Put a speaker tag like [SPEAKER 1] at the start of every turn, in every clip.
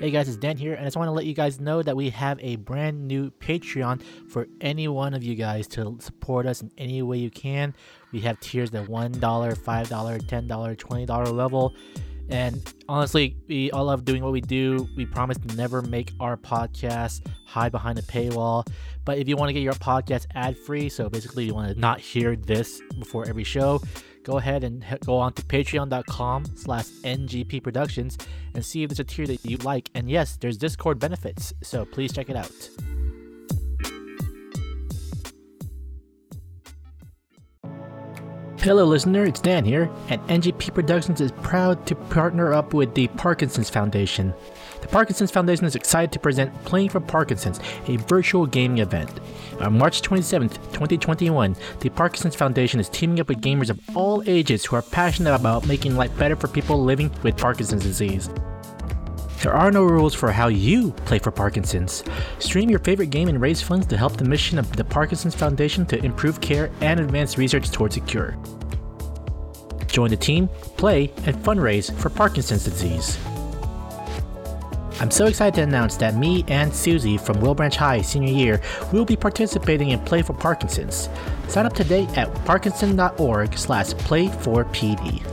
[SPEAKER 1] Hey guys, it's Dan here, and I just want to let you guys know that we have a brand new Patreon for any one of you guys to support us in any way you can. We have tiers at $1, $5, $10, $20 level. And honestly, we all love doing what we do. We promise to never make our podcast hide behind a paywall. But if you want to get your podcast ad free, so basically you want to not hear this before every show, go ahead and he- go on to patreon.com slash ngp productions and see if there's a tier that you like. And yes, there's Discord benefits, so please check it out. Hello, listener. It's Dan here, and NGP Productions is proud to partner up with the Parkinson's Foundation. The Parkinson's Foundation is excited to present Playing for Parkinson's, a virtual gaming event. On March 27th, 2021, the Parkinson's Foundation is teaming up with gamers of all ages who are passionate about making life better for people living with Parkinson's disease. There are no rules for how you play for Parkinson's. Stream your favorite game and raise funds to help the mission of the Parkinson's Foundation to improve care and advance research towards a cure. Join the team, play, and fundraise for Parkinson's disease. I'm so excited to announce that me and Susie from Will Branch High senior year will be participating in Play for Parkinson's. Sign up today at parkinson.org slash play4pd.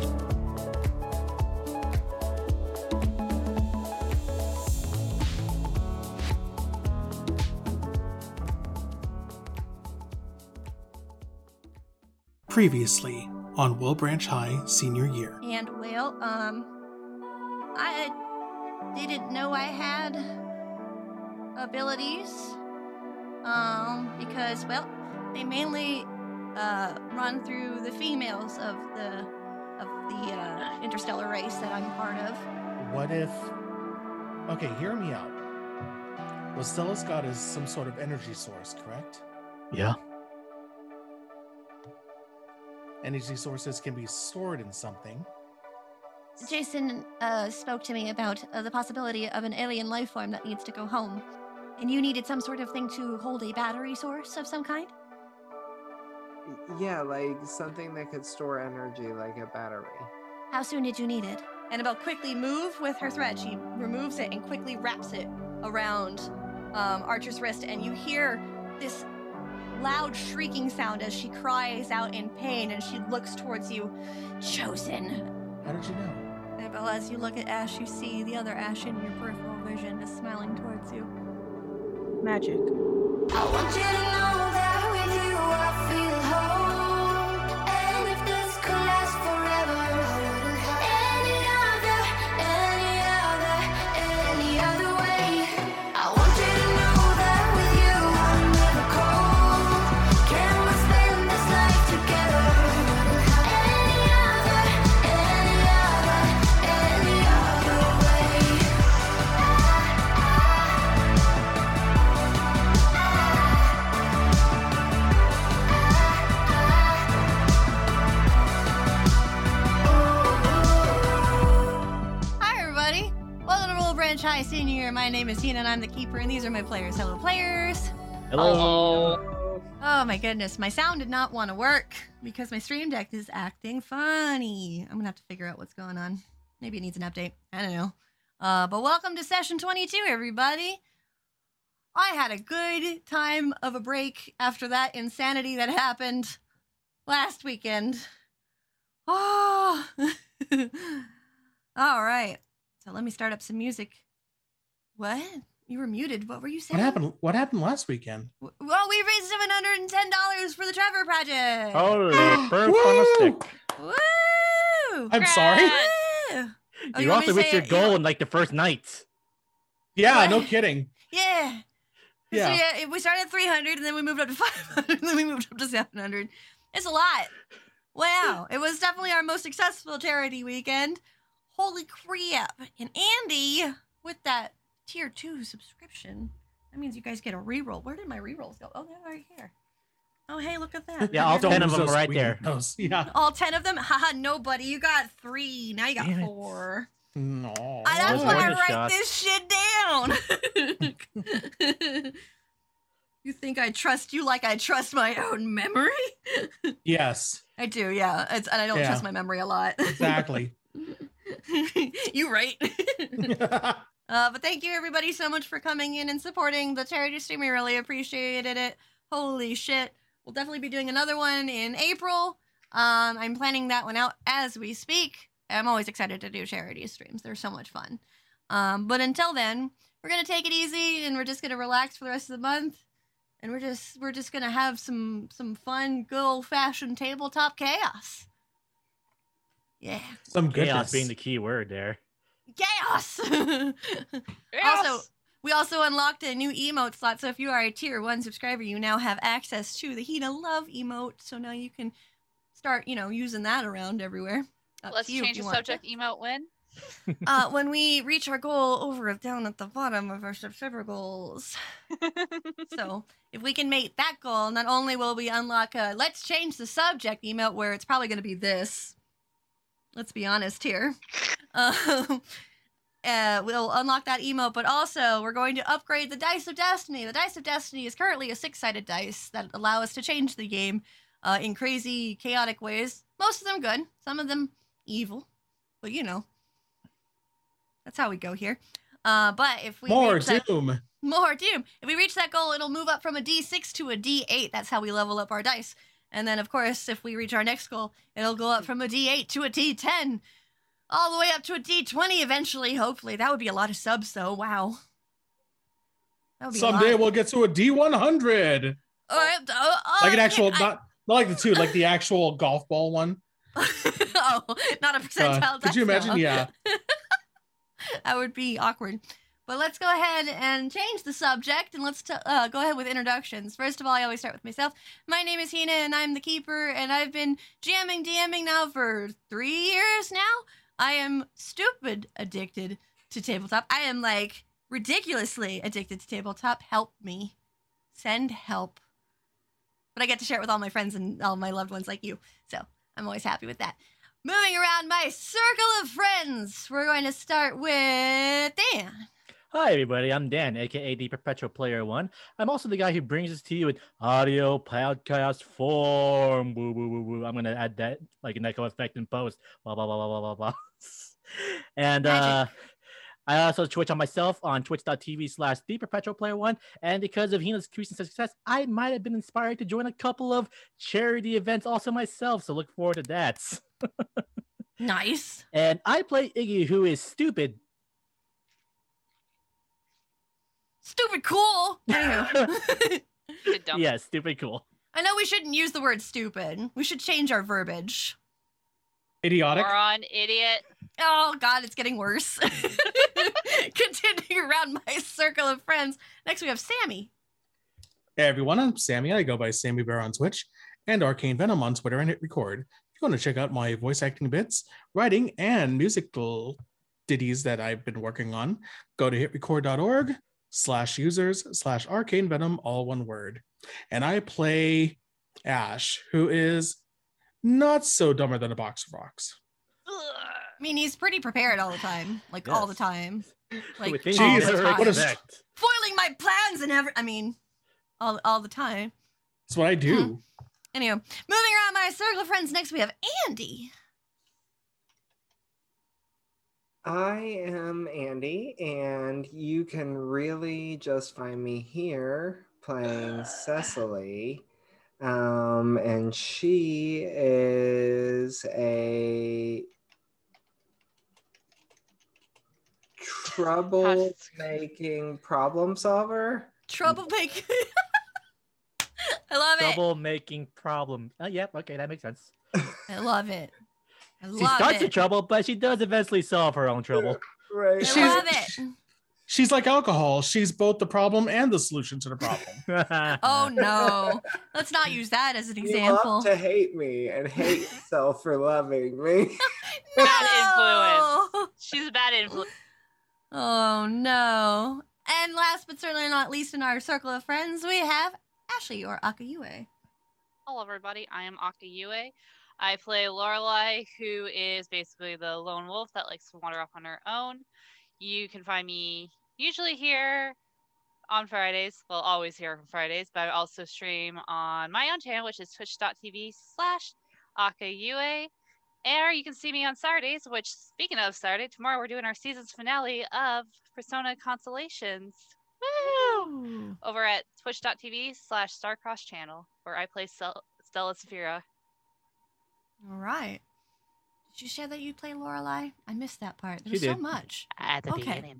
[SPEAKER 2] Previously on Will Branch High senior year.
[SPEAKER 3] And well, um, I didn't know I had abilities, um, because well, they mainly uh, run through the females of the of the uh, interstellar race that I'm part of.
[SPEAKER 4] What if? Okay, hear me out. What Stella's got is some sort of energy source, correct?
[SPEAKER 1] Yeah.
[SPEAKER 4] Energy sources can be stored in something.
[SPEAKER 3] Jason uh, spoke to me about uh, the possibility of an alien life form that needs to go home, and you needed some sort of thing to hold a battery source of some kind.
[SPEAKER 5] Yeah, like something that could store energy like a battery.
[SPEAKER 3] How soon did you need it? Annabelle quickly moves with her thread. She removes it and quickly wraps it around um, Archer's wrist, and you hear this loud shrieking sound as she cries out in pain and she looks towards you. Chosen.
[SPEAKER 4] How did you know?
[SPEAKER 3] Annabelle, as you look at Ash, you see the other Ash in your peripheral vision is smiling towards you.
[SPEAKER 6] Magic.
[SPEAKER 7] I want you to know that with you I feel whole. And if this could last forever, I wouldn't have any other, any other, any other way. I want you to know that with you I'm never cold. Can we spend this life together? Any other, any other, any other way.
[SPEAKER 3] Hi, everybody. Welcome to Roll Branch High Senior. Year. My name is Tina and I'm the keeper, and these are my players. Hello, players. Oh my goodness, my sound did not want to work because my stream deck is acting funny. I'm gonna have to figure out what's going on. Maybe it needs an update. I don't know. Uh, but welcome to session 22, everybody. I had a good time of a break after that insanity that happened last weekend. Oh, all right. So let me start up some music. What? You were muted. What were you saying?
[SPEAKER 4] What happened? What happened last weekend?
[SPEAKER 3] W- Well, we raised seven hundred and ten dollars for the Trevor Project.
[SPEAKER 8] Oh. Holy burn
[SPEAKER 4] Woo!
[SPEAKER 8] stick.
[SPEAKER 3] Woo!
[SPEAKER 4] I'm sorry.
[SPEAKER 3] Woo! Oh,
[SPEAKER 8] You
[SPEAKER 3] want me
[SPEAKER 8] also
[SPEAKER 3] to
[SPEAKER 8] reached
[SPEAKER 3] say
[SPEAKER 8] your
[SPEAKER 3] it?
[SPEAKER 8] goal in like the first night.
[SPEAKER 4] Yeah, no
[SPEAKER 3] What?
[SPEAKER 4] kidding.
[SPEAKER 3] Yeah. Yeah.
[SPEAKER 4] Yeah.
[SPEAKER 3] So, yeah, we started at 300 and then we moved up to 500 and then we moved up to 700. It's a lot. Wow. It was definitely our most successful charity weekend. Holy crap. And Andy, with that tier two subscription, that means you guys get a reroll. Where did my rerolls go? Oh, they're right here. Oh, hey, look at that.
[SPEAKER 8] Yeah, I'll
[SPEAKER 4] Don't
[SPEAKER 8] Ten of
[SPEAKER 4] lose
[SPEAKER 8] them
[SPEAKER 4] those
[SPEAKER 8] right
[SPEAKER 4] squeaky
[SPEAKER 8] there.
[SPEAKER 4] Nose. Yeah.
[SPEAKER 3] All 10 of them? Haha, nobody. You got three. Now you got
[SPEAKER 8] Damn it.
[SPEAKER 3] four.
[SPEAKER 4] No.
[SPEAKER 3] I, that's
[SPEAKER 8] Those
[SPEAKER 3] why I
[SPEAKER 8] wonder
[SPEAKER 3] write
[SPEAKER 8] shots.
[SPEAKER 3] this shit down. you think I trust you like I trust my own memory?
[SPEAKER 4] Yes,
[SPEAKER 3] I do, yeah. It's, and I don't
[SPEAKER 4] Yeah.
[SPEAKER 3] trust my memory a lot.
[SPEAKER 4] exactly.
[SPEAKER 3] you right.
[SPEAKER 4] That's
[SPEAKER 3] Uh, but thank you everybody so much for coming in and supporting the charity stream. We really appreciated it. Holy shit. We'll definitely be doing another one in April. Um, I'm planning that one out as we speak. I'm always excited to do charity streams. They're so much fun. Um, but until then, we're gonna take it easy and we're just gonna relax for the rest of the month. And we're just we're just gonna have some some fun, good old fashioned tabletop chaos. Yeah.
[SPEAKER 4] Some
[SPEAKER 1] Chaos
[SPEAKER 4] goodness.
[SPEAKER 1] being the key word there.
[SPEAKER 3] Chaos! Also, we also unlocked a new emote slot, so if you are a tier one subscriber, you now have access to the Hina Love emote. So now you can start, you know, using that around everywhere. Up
[SPEAKER 9] Let's
[SPEAKER 3] to you if
[SPEAKER 9] change
[SPEAKER 3] you
[SPEAKER 9] the
[SPEAKER 3] want.
[SPEAKER 9] subject. Emote win.
[SPEAKER 3] Uh, when we reach our goal over down at the bottom of our subscriber goals. so if we can make that goal, not only will we unlock a let's change the subject emote where it's probably going to be this. Let's be honest here. Um, uh, we'll unlock that emote, but also we're going to upgrade the Dice of Destiny. The Dice of Destiny is currently a six sided dice that allow us to change the game uh, in crazy, chaotic ways. Most of them good, some of them evil, but you know, that's how we go here. Uh, but if we
[SPEAKER 4] More
[SPEAKER 3] reach that-
[SPEAKER 4] doom.
[SPEAKER 3] more doom. If we reach that goal, it'll move up from a D6 to a D8. That's how we level up our dice. And then, of course, if we reach our next goal, it'll go up from a D8 to a D10, all the way up to a D20 eventually, hopefully. That would be a lot of subs, though. Wow. That would be a
[SPEAKER 4] Someday
[SPEAKER 3] lot.
[SPEAKER 4] we'll get to a D100.
[SPEAKER 3] Or, oh, oh,
[SPEAKER 4] Like an
[SPEAKER 3] I
[SPEAKER 4] actual,
[SPEAKER 3] can't-
[SPEAKER 4] not, not like the two, like the actual golf ball one.
[SPEAKER 3] I- oh, not a percentile.
[SPEAKER 4] God, could
[SPEAKER 3] dice
[SPEAKER 4] you imagine?
[SPEAKER 3] roll.
[SPEAKER 4] Yeah.
[SPEAKER 3] that would be awkward. But let's go ahead and change the subject and let's t- uh, go ahead with introductions. First of all, I always start with myself. My name is Hina and I'm the keeper, and I've been jamming, DMing now for three years now. I am stupid addicted to tabletop. I am like ridiculously addicted to tabletop. Help me. Send help. But I get to share it with all my friends and all my loved ones like you. So I'm always happy with that. Moving around my circle of friends, we're going to start with Dan.
[SPEAKER 1] Hi, everybody. I'm Dan, aka the Perpetual Player One. I'm also the guy who brings this to you in audio podcast form. Woo, woo, woo, woo. I'm gonna add that like an echo effect in post. Blah blah blah blah blah blah blah. and uh,
[SPEAKER 3] Magic.
[SPEAKER 1] I also Twitch on myself on twitch.tv slash the perpetual player one. And because of Hina's recent success, I might have been inspired to join a couple of charity events also myself. So look forward to that.
[SPEAKER 3] Nice.
[SPEAKER 1] And I play Iggy, who is stupid.
[SPEAKER 3] Stupid cool. Anywho.
[SPEAKER 9] The dumb-
[SPEAKER 1] Yeah, stupid cool.
[SPEAKER 3] I know we shouldn't use the word stupid. We should change our verbiage.
[SPEAKER 4] Idiotic.
[SPEAKER 9] Moron, idiot.
[SPEAKER 3] Oh god, it's getting worse. Continuing around my circle of friends. Next we have Sammy.
[SPEAKER 4] Hey everyone, I'm Sammy. I go by Sammy Bear on Twitch and Arcane Venom on Twitter and hit record. If you want to check out my voice acting bits, writing, and musical ditties that I've been working on, go to hitrecord.org slash users slash arcane venom, all one word. And I play Ash, who is not so dumber than a box of rocks.
[SPEAKER 9] Ugh.
[SPEAKER 3] I mean, he's pretty prepared all the time. Like all the
[SPEAKER 1] Yes.
[SPEAKER 3] time. Like
[SPEAKER 1] With things
[SPEAKER 3] all
[SPEAKER 1] you
[SPEAKER 4] Jesus,
[SPEAKER 3] the
[SPEAKER 1] never
[SPEAKER 3] time.
[SPEAKER 4] what a s-
[SPEAKER 1] expect.
[SPEAKER 3] foiling my plans and every I mean, all all the time.
[SPEAKER 4] That's what I do.
[SPEAKER 3] Anywho, moving around my circle of friends, next we have Andy.
[SPEAKER 5] I am Andy, and you can really just find me here playing Cecily. Um, and she is a troublemaking problem solver.
[SPEAKER 3] Troublemaker. I love it.
[SPEAKER 1] Trouble making problem. Oh, yep. Okay, that makes sense.
[SPEAKER 3] I love it. I
[SPEAKER 1] She
[SPEAKER 3] love
[SPEAKER 1] starts the
[SPEAKER 3] it.
[SPEAKER 1] trouble, but she does eventually solve her own trouble.
[SPEAKER 5] Right.
[SPEAKER 3] I
[SPEAKER 4] She's-
[SPEAKER 3] love it.
[SPEAKER 4] She's like alcohol. She's both the problem and the solution to the problem.
[SPEAKER 3] Oh no. Let's not use that as an
[SPEAKER 5] You love
[SPEAKER 3] example.
[SPEAKER 5] to hate me and hate yourself for loving me.
[SPEAKER 9] Bad
[SPEAKER 3] No!
[SPEAKER 9] She's a bad influence.
[SPEAKER 3] Oh no. And last but certainly not least in our circle of friends, we have Ashley or Akayue.
[SPEAKER 9] Hello, everybody. I am Aka Yue. I play Lorelai, who is basically the lone wolf that likes to wander off on her own. You can find me usually here on Fridays. Well, always here on Fridays, but I also stream on my own channel, which is twitch.tv slash Aka Yue. Or you can see me on Saturdays, which, speaking of Saturday, tomorrow we're doing our season's finale of Persona Constellations. Woo!
[SPEAKER 10] Ooh.
[SPEAKER 9] Over at twitch.tv slash starcross channel, where I play Sel- Stella Sephira.
[SPEAKER 3] All right. Did you share that you play Lorelei? I missed that part.
[SPEAKER 11] She
[SPEAKER 3] There's so
[SPEAKER 11] did.
[SPEAKER 3] much.
[SPEAKER 9] At
[SPEAKER 3] the Okay.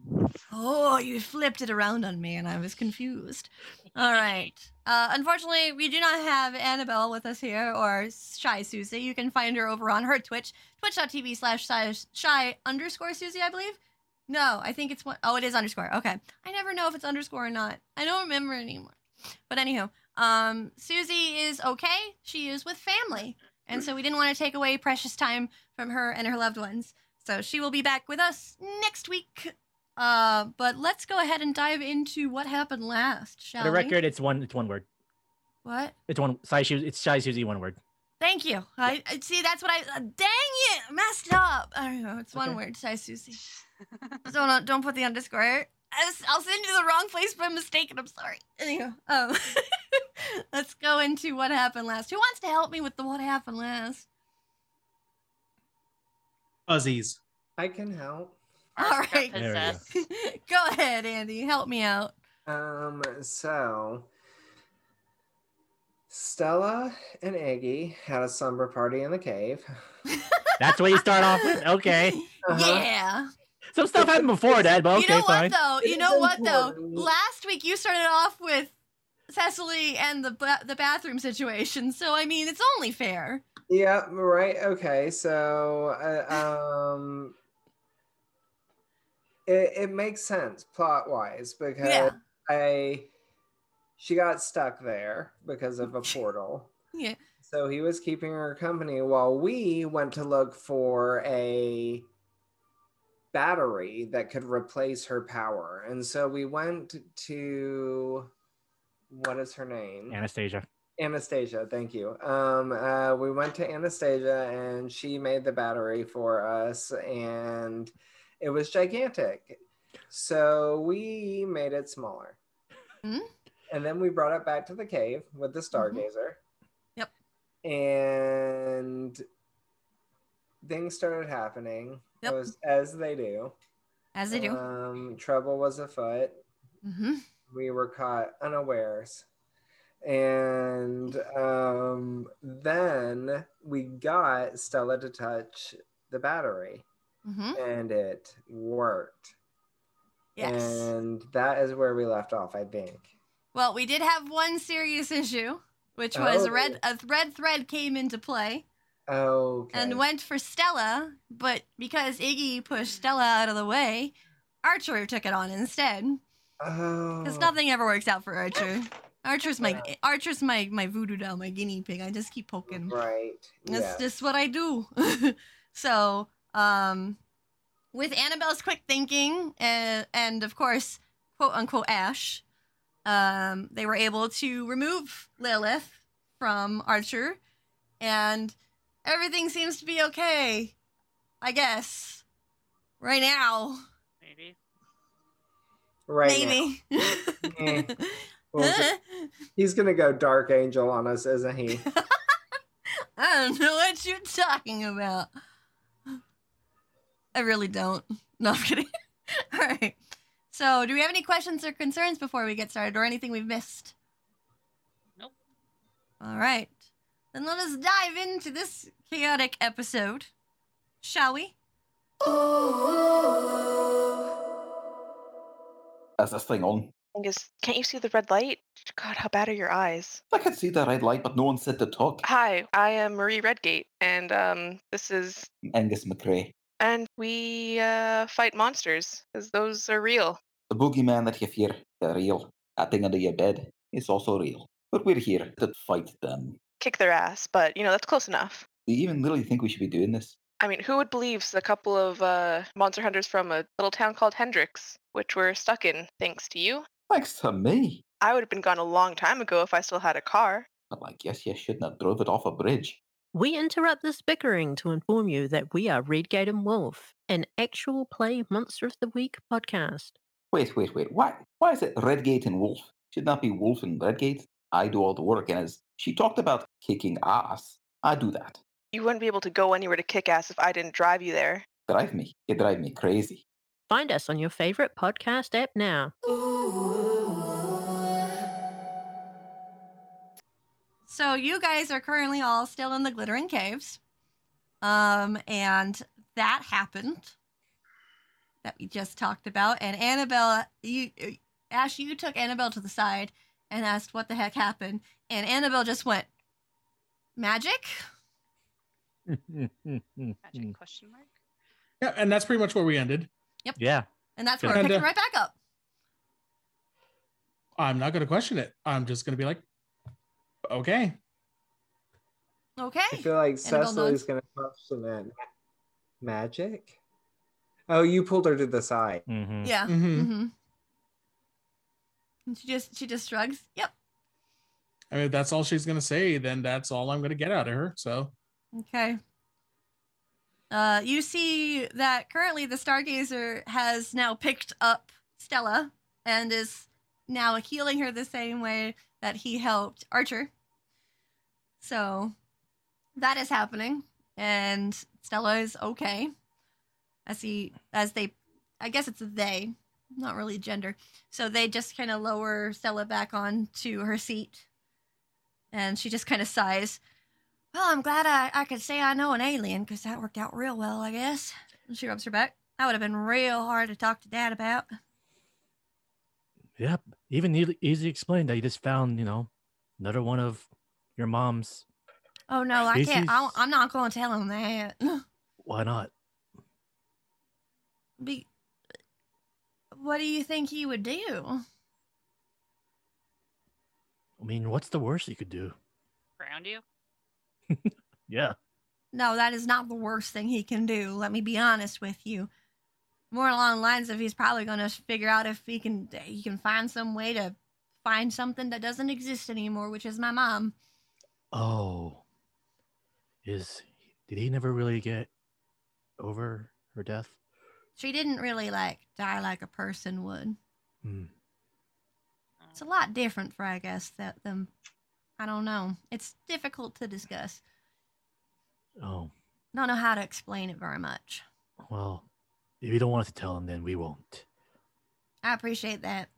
[SPEAKER 3] Oh, you flipped it around on me and I was confused. All right. Uh, unfortunately, we do not have Annabelle with us here or Shy Susie. You can find her over on her Twitch, twitch.tv slash shy- shy underscore Susie, I believe. No, I think it's one oh it is underscore. Okay. I never know if it's underscore or not. I don't remember anymore. But anyhow, um, Susie is okay. She is with family. And so we didn't want to take away precious time from her and her loved ones. So she will be back with us next week. Uh, but let's go ahead and dive into what happened last,
[SPEAKER 1] For
[SPEAKER 3] shall
[SPEAKER 1] the
[SPEAKER 3] we?
[SPEAKER 1] record, it's one. It's one word.
[SPEAKER 3] What?
[SPEAKER 1] It's one. Sai shoes. It's Sai Susie. One word.
[SPEAKER 3] Thank you. I, I see. That's what I. uh, dang it! Messed up. I don't know. It's one
[SPEAKER 1] Okay.
[SPEAKER 3] word. Hi, Susie. don't uh, don't put the underscore. I s- I'll send you to the wrong place by mistake, and I'm sorry. Anyhow, um, let's go into what happened last. Who wants to help me with the what happened last?
[SPEAKER 4] Fuzzies.
[SPEAKER 5] I can help.
[SPEAKER 3] All right.
[SPEAKER 1] There we go.
[SPEAKER 3] go ahead, Andy. Help me out.
[SPEAKER 5] Um, so Stella and Iggy had a slumber party in the cave.
[SPEAKER 1] That's what you start off with. Okay.
[SPEAKER 5] Uh-huh.
[SPEAKER 3] Yeah.
[SPEAKER 1] Some stuff happened before that, but
[SPEAKER 3] you
[SPEAKER 1] okay,
[SPEAKER 3] know
[SPEAKER 1] fine.
[SPEAKER 3] what though?
[SPEAKER 5] It
[SPEAKER 3] You
[SPEAKER 5] is
[SPEAKER 3] know what though?
[SPEAKER 5] important.
[SPEAKER 3] Last week you started off with Cecily and the ba- the bathroom situation, so I mean it's only fair.
[SPEAKER 5] Yeah, right. Okay, so uh, um, it, it makes sense plot wise because
[SPEAKER 3] Yeah.
[SPEAKER 5] I she got stuck there because of a portal.
[SPEAKER 3] Yeah.
[SPEAKER 5] So he was keeping her company while we went to look for a battery that could replace her power. And so we went to what is her name?
[SPEAKER 1] Anastasia.
[SPEAKER 5] Anastasia, thank you. Um, uh, we went to Anastasia and she made the battery for us, and it was gigantic. So we made it smaller.
[SPEAKER 3] Mhm.
[SPEAKER 5] And then we brought it back to the cave with the stargazer.
[SPEAKER 3] Mm-hmm. Yep.
[SPEAKER 5] And things started happening
[SPEAKER 3] Yep.
[SPEAKER 5] as, as they do.
[SPEAKER 3] As they
[SPEAKER 1] Uh,
[SPEAKER 3] do.
[SPEAKER 5] Um, trouble was afoot
[SPEAKER 3] hmm
[SPEAKER 5] we were caught unawares. And um, then we got Stella to touch the battery
[SPEAKER 3] hmm
[SPEAKER 5] and it worked.
[SPEAKER 3] Yes.
[SPEAKER 5] And that is where we left off, I think.
[SPEAKER 3] Well, we did have one serious issue, which was
[SPEAKER 5] Oh.
[SPEAKER 3] red a red thread came into play
[SPEAKER 5] Okay.
[SPEAKER 3] and went for Stella, but because Iggy pushed Stella out of the way, Archer took it on instead.
[SPEAKER 5] oh,
[SPEAKER 3] Because nothing ever works out for Archer. Archer's my Archer's my my voodoo doll, my guinea pig. I just keep poking.
[SPEAKER 5] right.
[SPEAKER 3] That's
[SPEAKER 5] Yeah.
[SPEAKER 3] just what I do. so, um, with Annabelle's quick thinking and, and of course, quote unquote Ash, um, they were able to remove Lilith from Archer, and everything seems to be okay, I guess, right now.
[SPEAKER 9] Maybe.
[SPEAKER 5] right. now.
[SPEAKER 3] Maybe.
[SPEAKER 5] Eh. Well, he's going to go Dark Angel on us, isn't he?
[SPEAKER 3] I don't know what you're talking about. I really don't. No, I'm kidding. All right. So, do we have any questions or concerns before we get started or anything we've missed?
[SPEAKER 9] Nope.
[SPEAKER 3] All right. Then let us dive into this chaotic episode, shall we?
[SPEAKER 12] Is this thing on?
[SPEAKER 10] I think is can't you see the red light? God, how bad are your eyes?
[SPEAKER 12] I can see the red light, but no one said to talk.
[SPEAKER 10] Hi, I am Marie Redgate, and um, this is
[SPEAKER 12] I'm Angus McRae,
[SPEAKER 10] and we uh, fight monsters because those are real.
[SPEAKER 12] the boogeyman that you fear, the real. That thing under your bed is also real. But we're here to fight them.
[SPEAKER 10] Kick their ass, but you know that's close enough.
[SPEAKER 12] Do you even really think we should be doing this?
[SPEAKER 10] I mean, who would believe s- a couple of uh, monster hunters from a little town called Hendrix, which we're stuck in thanks to you?
[SPEAKER 12] Thanks to me.
[SPEAKER 10] I would have been gone a long time ago if I still had a car.
[SPEAKER 12] But I guess you shouldn't have drove it off a bridge.
[SPEAKER 6] We interrupt this bickering to inform you that we are Redgate and Wolf, an actual play Monster of the Week podcast.
[SPEAKER 12] Wait, wait, wait. Why why is it Redgate and Wolf? Should not be Wolf and Redgate. I do all the work, and as she talked about kicking ass, I do that.
[SPEAKER 10] You wouldn't be able to go anywhere to kick ass if I didn't drive you there.
[SPEAKER 12] Drive me. You drive me crazy.
[SPEAKER 6] Find us on your favorite podcast app now.
[SPEAKER 3] So you guys are currently all still in the glittering caves. Um, and that happened that we just talked about. And Annabelle, you, uh, Ash, you took Annabelle to the side and asked what the heck happened. And Annabelle just went, magic?
[SPEAKER 1] Hmm.
[SPEAKER 9] Magic question mark.
[SPEAKER 4] Yeah, and that's pretty much where we ended.
[SPEAKER 1] yeah.
[SPEAKER 3] And that's where
[SPEAKER 4] Good.
[SPEAKER 3] it picked
[SPEAKER 4] And,
[SPEAKER 3] it
[SPEAKER 4] uh,
[SPEAKER 3] right back up.
[SPEAKER 4] I'm not going to question it. I'm just going to be like, okay.
[SPEAKER 5] I
[SPEAKER 3] Okay.
[SPEAKER 5] feel like
[SPEAKER 3] Annabelle
[SPEAKER 5] Cecily's going to question that. Magic? Oh, you pulled her to the side.
[SPEAKER 1] Mm-hmm.
[SPEAKER 3] Yeah.
[SPEAKER 4] Mhm.
[SPEAKER 3] Mm-hmm. And she just she just shrugs. Yep.
[SPEAKER 4] I mean, if that's all she's going to say, then that's all I'm going to get out of her. So,
[SPEAKER 3] Okay. Uh, you see that currently the Stargazer has now picked up Stella and is now healing her the same way that he helped Archer. So that is happening, and Stella is okay. As he, as they, I guess it's they, not really gender. So they just kind of lower Stella back onto her seat, and she just kind of sighs. Well, I'm glad I, I could say I know an alien because that worked out real well, I guess. And she rubs her back. That would have been real hard to talk to Dad about.
[SPEAKER 1] Yep. Even easy, easy explained that you just found, you know, another one of your mom's.
[SPEAKER 3] Oh no, I can't. I,
[SPEAKER 1] Species.
[SPEAKER 3] I'm not going to tell him that.
[SPEAKER 1] Why not?
[SPEAKER 3] Be, what do you think he would do?
[SPEAKER 1] I mean, what's the worst you could do?
[SPEAKER 9] Ground you.
[SPEAKER 1] Yeah.
[SPEAKER 3] No, that is not the worst thing he can do. Let me be honest with you. More along the lines of he's probably going to figure out if he can he can find some way to find something that doesn't exist anymore, which is my mom.
[SPEAKER 1] Oh. Is did he never really get over her death?
[SPEAKER 3] She didn't really like die like a person would.
[SPEAKER 1] Hmm.
[SPEAKER 9] Um,
[SPEAKER 3] It's a lot different for I guess that them. I don't know. It's difficult to discuss.
[SPEAKER 1] Oh.
[SPEAKER 3] Don't know how to explain it very much.
[SPEAKER 1] Well, if you don't want us to tell him, then we won't.
[SPEAKER 3] I appreciate that.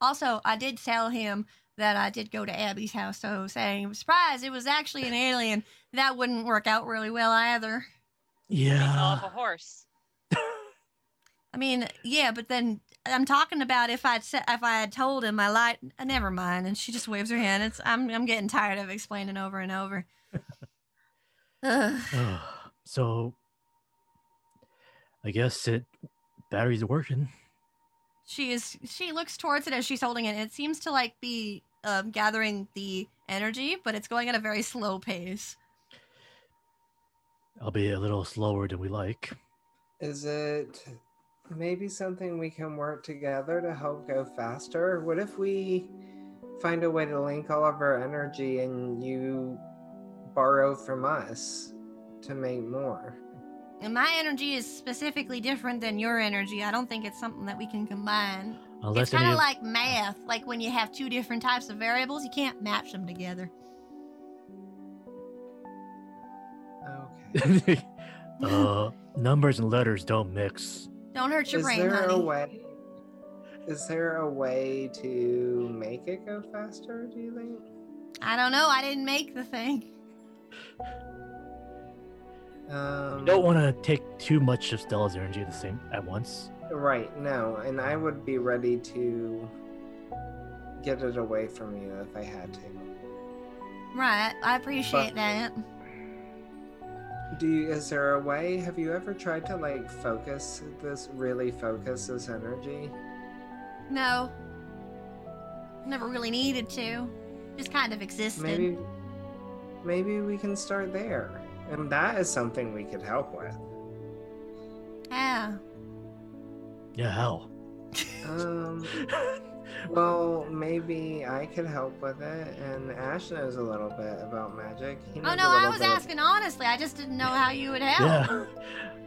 [SPEAKER 3] Also, I did tell him that I did go to Abby's house, so saying surprise, it was actually an alien. That wouldn't work out really well either.
[SPEAKER 9] I'll
[SPEAKER 1] Yeah.
[SPEAKER 9] have a horse.
[SPEAKER 3] I mean, yeah, but then I'm talking about if I if I had told him I lied. uh, Never mind. And she just waves her hand. It's I'm I'm getting tired of explaining over and over. Ugh.
[SPEAKER 1] Ugh. so I guess it batteries working.
[SPEAKER 3] she is she looks towards it as she's holding it it seems to like be um, gathering the energy but it's going at a very slow pace
[SPEAKER 1] I'll be a little slower than we like.
[SPEAKER 5] Is it maybe something we can work together to help go faster? What if we find a way to link all of our energy and you borrow from us to make more?
[SPEAKER 3] and my energy is specifically different than your energy i don't think it's something that we can combine
[SPEAKER 1] Unless
[SPEAKER 3] it's kind
[SPEAKER 1] any of,
[SPEAKER 3] of like math like when you have two different types of variables you can't match them together
[SPEAKER 5] Okay.
[SPEAKER 1] uh, numbers and letters don't mix.
[SPEAKER 3] don't hurt your
[SPEAKER 5] is
[SPEAKER 3] brain
[SPEAKER 5] there
[SPEAKER 3] honey
[SPEAKER 5] a way? Is there a way to make it go faster? Do you think?
[SPEAKER 3] i don't know i didn't make the thing
[SPEAKER 5] Um,
[SPEAKER 1] Don't want to take too much of Stella's energy at the same at once.
[SPEAKER 5] Right, no, and I would be ready to get it away from you if I had to.
[SPEAKER 3] right i appreciate that
[SPEAKER 5] Do you, is there a way? Have you ever tried to like focus this, really focus this energy?
[SPEAKER 3] no never really needed to just kind of existed
[SPEAKER 5] Maybe, maybe we can start there, and that is something we could help with.
[SPEAKER 3] yeah
[SPEAKER 1] Yeah, how?
[SPEAKER 5] Um, well, maybe I could help with it, and Ash knows a little bit about magic. He
[SPEAKER 3] Oh
[SPEAKER 5] knows a
[SPEAKER 3] no, I
[SPEAKER 5] little
[SPEAKER 3] was
[SPEAKER 5] bit ab-
[SPEAKER 3] asking honestly. I just didn't know how you would help.
[SPEAKER 1] yeah.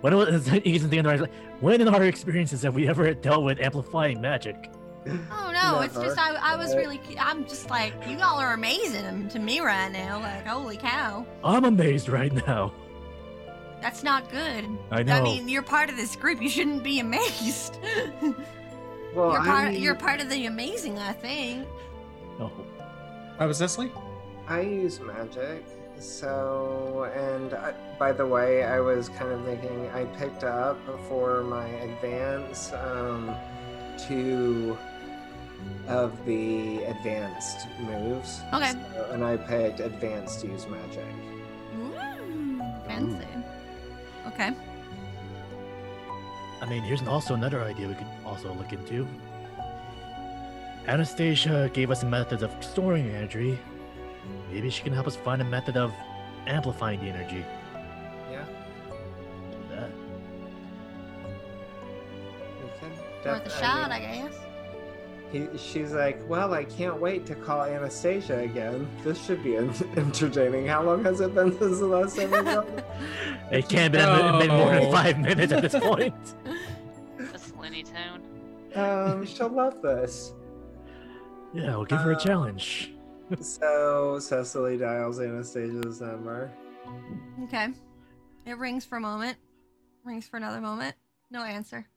[SPEAKER 1] When was Ethan's the end of our- when in our experiences have we ever dealt with amplifying magic?
[SPEAKER 3] Oh no, it's just
[SPEAKER 5] Never.
[SPEAKER 3] I, I was
[SPEAKER 5] Right.
[SPEAKER 3] really cu- I'm just like you all are amazing to me right now. Like holy cow.
[SPEAKER 1] I'm amazed right now.
[SPEAKER 3] That's not good.
[SPEAKER 1] I
[SPEAKER 3] I
[SPEAKER 1] know.
[SPEAKER 3] mean, you're part of this group. You shouldn't be amazed.
[SPEAKER 5] Well,
[SPEAKER 3] you're,
[SPEAKER 5] I
[SPEAKER 3] part,
[SPEAKER 5] mean,
[SPEAKER 3] you're part of the amazing, I think.
[SPEAKER 1] No.
[SPEAKER 4] I was Cecily.
[SPEAKER 5] I use magic. So, and I, by the way, I was kind of thinking I picked up for my advance um, two of the advanced moves.
[SPEAKER 3] Okay.
[SPEAKER 5] So- and I picked advanced use magic.
[SPEAKER 3] Ooh, fancy. Okay.
[SPEAKER 1] I mean, here's also another idea we could also look into. Anastasia gave us methods of storing energy. Maybe she can help us find a method of amplifying the energy.
[SPEAKER 5] Yeah,
[SPEAKER 1] Uh,
[SPEAKER 5] we can
[SPEAKER 3] Worth a
[SPEAKER 5] defi-
[SPEAKER 3] shot,
[SPEAKER 5] mean,
[SPEAKER 3] I guess.
[SPEAKER 5] He, she's like, Well, I can't wait to call Anastasia again. This should be en- entertaining. How long has it been since the last time we called?
[SPEAKER 1] it can't be been, been more
[SPEAKER 4] No.
[SPEAKER 1] than five minutes at this point.
[SPEAKER 9] This Lenny tone.
[SPEAKER 5] Um, she'll love this.
[SPEAKER 1] Yeah, we'll give her a
[SPEAKER 5] Uh,
[SPEAKER 1] challenge.
[SPEAKER 5] So Cecily dials Anastasia's number.
[SPEAKER 3] Okay. It rings for a moment, rings for another moment. No answer.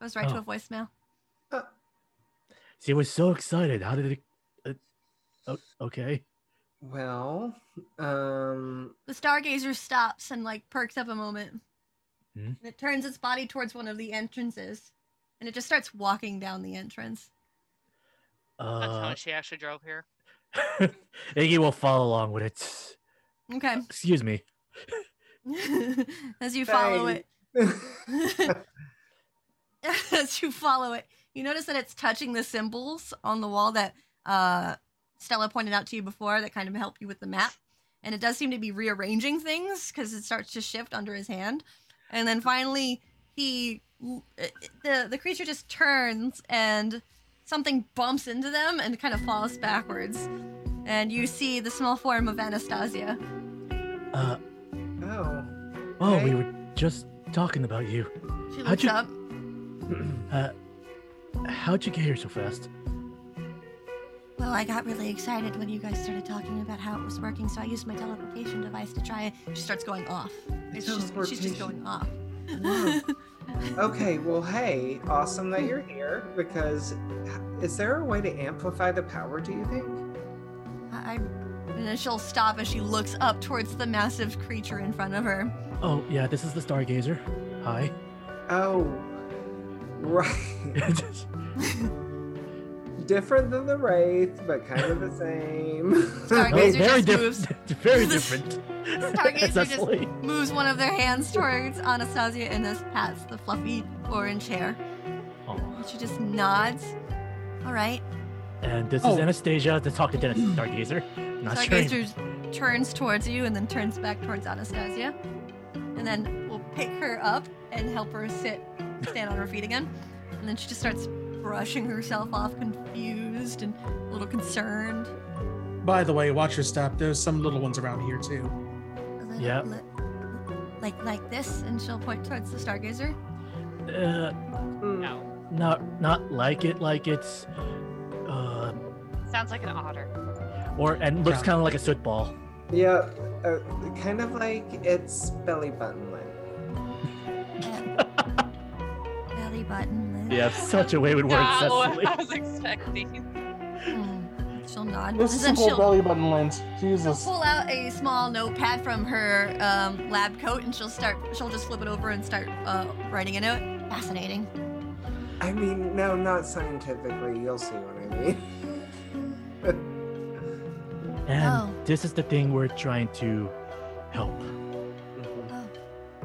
[SPEAKER 3] Goes right to
[SPEAKER 1] Oh.
[SPEAKER 3] a voicemail.
[SPEAKER 1] She was so excited. How did it? Uh, o- okay.
[SPEAKER 5] Well, um,
[SPEAKER 3] The stargazer stops and like perks up a moment.
[SPEAKER 1] Hmm?
[SPEAKER 3] And it turns its body towards one of the entrances. And it just starts walking down the entrance.
[SPEAKER 9] That's how
[SPEAKER 1] Uh,
[SPEAKER 9] much she actually drove here.
[SPEAKER 1] Iggy will follow along with it.
[SPEAKER 3] Okay.
[SPEAKER 1] Excuse me.
[SPEAKER 3] As you follow
[SPEAKER 5] Bang.
[SPEAKER 3] it.
[SPEAKER 5] oh,
[SPEAKER 3] As you follow it, you notice that it's touching the symbols on the wall that uh, Stella pointed out to you before that kind of help you with the map. And it does seem to be rearranging things because it starts to shift under his hand. And then finally, he uh, the the creature just turns and something bumps into them and kind of falls backwards. And you see the small form of Anastasia.
[SPEAKER 1] Uh,
[SPEAKER 5] oh,
[SPEAKER 1] oh, we
[SPEAKER 5] Hey.
[SPEAKER 1] were just talking about you.
[SPEAKER 3] She
[SPEAKER 1] How'd
[SPEAKER 3] looks
[SPEAKER 1] you-
[SPEAKER 3] up.
[SPEAKER 1] Uh, how'd you get here so fast?
[SPEAKER 3] Well, I got really excited when you guys started talking about how it was working, so I used my teleportation device to try it. She starts going off. It's just, she's just going off.
[SPEAKER 5] Wow. okay. Well, hey, awesome that you're here. Because is there a way to amplify the power? Do you think?
[SPEAKER 3] I, I- and then she'll stop as she looks up towards the massive creature in front of her.
[SPEAKER 1] Oh, yeah, this is the Stargazer. Hi.
[SPEAKER 5] Oh, right. Different than the wraith, but kind of the same.
[SPEAKER 3] Stargazer
[SPEAKER 1] Oh, very
[SPEAKER 3] just moves.
[SPEAKER 1] different. very different.
[SPEAKER 3] Stargazer just-
[SPEAKER 1] Cecily.
[SPEAKER 3] Moves one of their hands towards Anastasia and this pats the fluffy orange hair.
[SPEAKER 1] Oh.
[SPEAKER 3] And she just nods. All right.
[SPEAKER 1] And this
[SPEAKER 4] Oh.
[SPEAKER 1] is Anastasia to talk to Dennis Stargazer. Not sure.
[SPEAKER 3] Stargazer turns towards you and then turns back towards Anastasia. And then we'll pick her up and help her sit, stand on her feet again. And then she just starts brushing herself off, confused and a little concerned.
[SPEAKER 4] By the way, watch your step. There's some little ones around here too.
[SPEAKER 3] A little-
[SPEAKER 1] Yep.
[SPEAKER 3] li- Like like this, and she'll point towards the stargazer.
[SPEAKER 1] Uh,
[SPEAKER 5] Hmm.
[SPEAKER 9] No.
[SPEAKER 1] not not like it, like it's. Uh,
[SPEAKER 9] Sounds like an otter.
[SPEAKER 1] or and looks
[SPEAKER 4] Yeah.
[SPEAKER 1] kind of like a soot ball.
[SPEAKER 5] Yeah, uh, kind of like it's belly button length.
[SPEAKER 3] Belly button. Liz.
[SPEAKER 1] Yeah, such a wayward word,
[SPEAKER 9] Not what
[SPEAKER 1] Cecily.
[SPEAKER 9] I Ah, was expecting.
[SPEAKER 3] Mm. She'll nod.
[SPEAKER 4] This
[SPEAKER 3] and
[SPEAKER 4] is
[SPEAKER 3] then
[SPEAKER 4] whole
[SPEAKER 3] she'll,
[SPEAKER 4] belly button lens.
[SPEAKER 3] She'll
[SPEAKER 4] Jesus.
[SPEAKER 3] pull out a small notepad from her um, lab coat, and she'll start. She'll just flip it over and start uh, writing a note. Fascinating.
[SPEAKER 5] I mean, no, not scientifically. You'll see what I mean.
[SPEAKER 1] And
[SPEAKER 3] Oh.
[SPEAKER 1] this is the thing we're trying to help.
[SPEAKER 5] Mhm.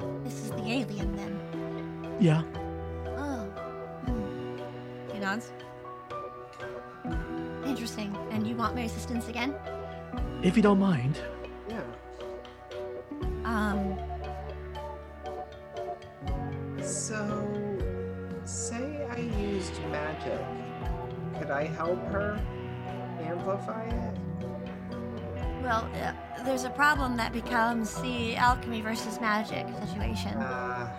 [SPEAKER 3] Oh, this is the alien then.
[SPEAKER 1] Yeah.
[SPEAKER 3] Oh. Hmm. She nods. Interesting. And you want my assistance again?
[SPEAKER 1] If you don't mind.
[SPEAKER 5] Yeah.
[SPEAKER 3] Um.
[SPEAKER 5] So, say I used magic. Could I help her amplify it?
[SPEAKER 3] Well, uh, there's a problem that becomes the alchemy versus magic situation.
[SPEAKER 5] Uh,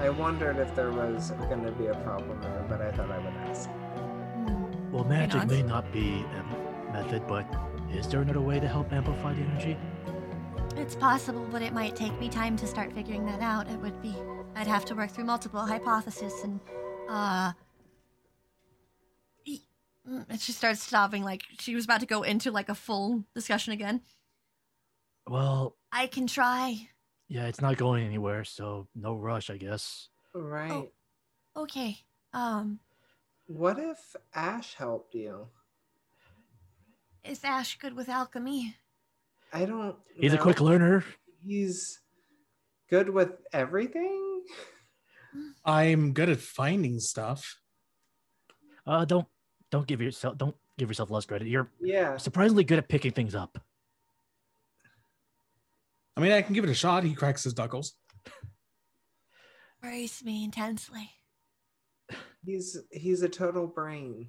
[SPEAKER 5] I wondered if there was going to be a problem there, but I thought I would ask.
[SPEAKER 3] Hmm.
[SPEAKER 1] Well, magic
[SPEAKER 3] nods.
[SPEAKER 1] may not be a method, but is there another way to help amplify the energy?
[SPEAKER 3] It It's possible, but it might take me time to start figuring that out. It would be. I'd have to work through multiple hypotheses and, uh. e- mm, And she starts stopping, like she was about to go into like a full discussion again.
[SPEAKER 1] Well,
[SPEAKER 3] I can try.
[SPEAKER 1] yeah, it's not going anywhere, so no rush, I guess.
[SPEAKER 5] Right.
[SPEAKER 3] Okay. Um,
[SPEAKER 5] What if Ash helped you?
[SPEAKER 3] is Ash good with alchemy?
[SPEAKER 5] I don't.
[SPEAKER 1] He's a
[SPEAKER 5] know.
[SPEAKER 1] quick learner.
[SPEAKER 5] He's good with everything.
[SPEAKER 4] I'm good at finding stuff.
[SPEAKER 1] Uh, don't don't give yourself don't give yourself less credit. You're
[SPEAKER 5] Yeah.
[SPEAKER 1] surprisingly good at picking things up.
[SPEAKER 4] I mean, I can give it a shot. He cracks his knuckles.
[SPEAKER 3] Worries me intensely.
[SPEAKER 5] He's he's a total brain.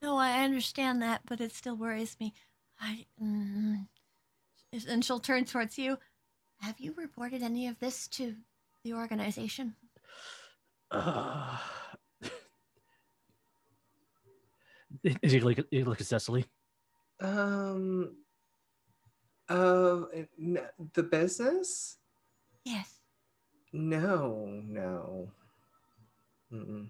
[SPEAKER 3] No, I understand that, but it still worries me. I. Mm, and she'll turn towards you. Have you reported any of this to the organization?
[SPEAKER 1] Uh, is he look, you look at Cecily?
[SPEAKER 5] Um. Uh, n- the business?
[SPEAKER 3] Yes.
[SPEAKER 5] No, no. Mm-mm.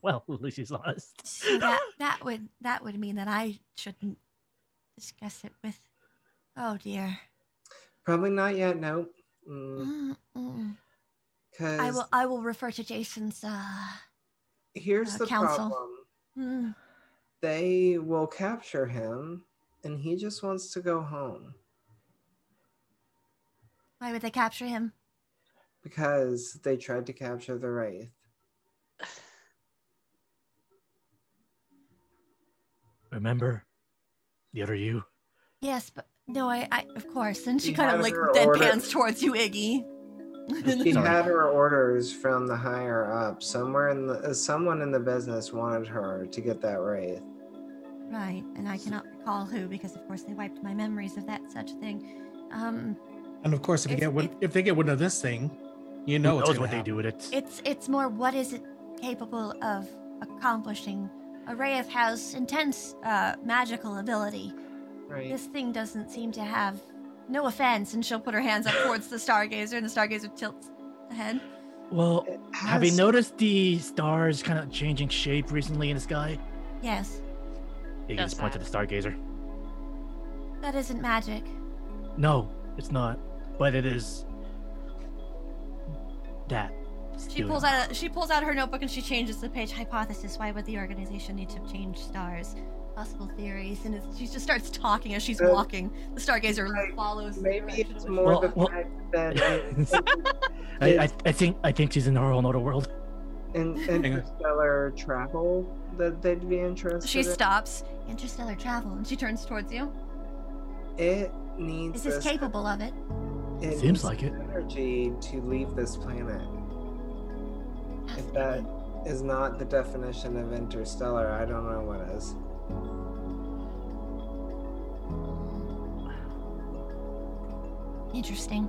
[SPEAKER 1] Well, at least he's honest.
[SPEAKER 3] So that that would that would mean that I shouldn't discuss it with. Oh dear.
[SPEAKER 5] Probably not yet. No.
[SPEAKER 3] Mm,
[SPEAKER 5] Mm,
[SPEAKER 3] mm.
[SPEAKER 5] Cause
[SPEAKER 3] I will I will refer to Jason's. Uh,
[SPEAKER 5] here's
[SPEAKER 3] uh,
[SPEAKER 5] the
[SPEAKER 3] counsel.
[SPEAKER 5] problem.
[SPEAKER 3] mm.
[SPEAKER 5] They will capture him, and he just wants to go home
[SPEAKER 3] Why would they capture him?
[SPEAKER 5] because they tried to capture the wraith.
[SPEAKER 1] Remember the other you?
[SPEAKER 3] Yes, but no, I, I of course. And she
[SPEAKER 5] He
[SPEAKER 3] kind of
[SPEAKER 5] had
[SPEAKER 3] like
[SPEAKER 5] her
[SPEAKER 3] deadpans
[SPEAKER 5] order-
[SPEAKER 3] towards you, Iggy.
[SPEAKER 5] She had her orders from the higher up. Somewhere in the uh, someone in the business wanted her to get that wraith.
[SPEAKER 3] Right, and I cannot recall who because, of course, they wiped my memories of that such thing. Um,
[SPEAKER 4] And of course, if, you
[SPEAKER 3] It's-
[SPEAKER 4] get wind,
[SPEAKER 3] it-
[SPEAKER 4] if they get wind of this thing, you know
[SPEAKER 1] No,
[SPEAKER 4] it's
[SPEAKER 1] knows
[SPEAKER 4] gonna
[SPEAKER 1] what they
[SPEAKER 4] happen.
[SPEAKER 1] do with it.
[SPEAKER 3] it's it's more what is it capable of accomplishing? A Wraith has intense uh, magical ability.
[SPEAKER 5] Right.
[SPEAKER 3] This thing doesn't seem to have. No offense, and she'll put her hands up towards the stargazer, and the stargazer tilts the head.
[SPEAKER 1] Well,
[SPEAKER 5] It
[SPEAKER 1] have you
[SPEAKER 5] has-
[SPEAKER 1] noticed the stars kind of changing shape recently in the sky?
[SPEAKER 3] Yes,
[SPEAKER 1] You can
[SPEAKER 9] That's
[SPEAKER 1] just point to the stargazer.
[SPEAKER 3] that isn't magic.
[SPEAKER 1] No, it's not. But it is that.
[SPEAKER 3] She pulls out a, she pulls out her notebook and she changes the page. Hypothesis: Why would the organization need to change stars? Possible theories, and it's, she just starts talking as she's
[SPEAKER 5] Uh,
[SPEAKER 3] walking. The stargazer
[SPEAKER 5] right.
[SPEAKER 3] follows. the
[SPEAKER 5] Maybe
[SPEAKER 3] direction
[SPEAKER 5] it's
[SPEAKER 3] of-
[SPEAKER 5] more
[SPEAKER 1] Well,
[SPEAKER 5] the
[SPEAKER 1] well-
[SPEAKER 5] fact that
[SPEAKER 1] I, I, I think I think she's in her own other world.
[SPEAKER 5] in,
[SPEAKER 4] on.
[SPEAKER 5] interstellar travel that they'd be interested.
[SPEAKER 3] She
[SPEAKER 5] in.
[SPEAKER 3] stops. Interstellar travel, and she turns towards you.
[SPEAKER 5] It needs
[SPEAKER 3] Is this
[SPEAKER 5] this-
[SPEAKER 3] capable of it?
[SPEAKER 5] it
[SPEAKER 1] Seems
[SPEAKER 5] needs
[SPEAKER 1] like it.
[SPEAKER 5] Energy to leave this planet. If that is not the definition of interstellar, I don't know what is.
[SPEAKER 3] Interesting.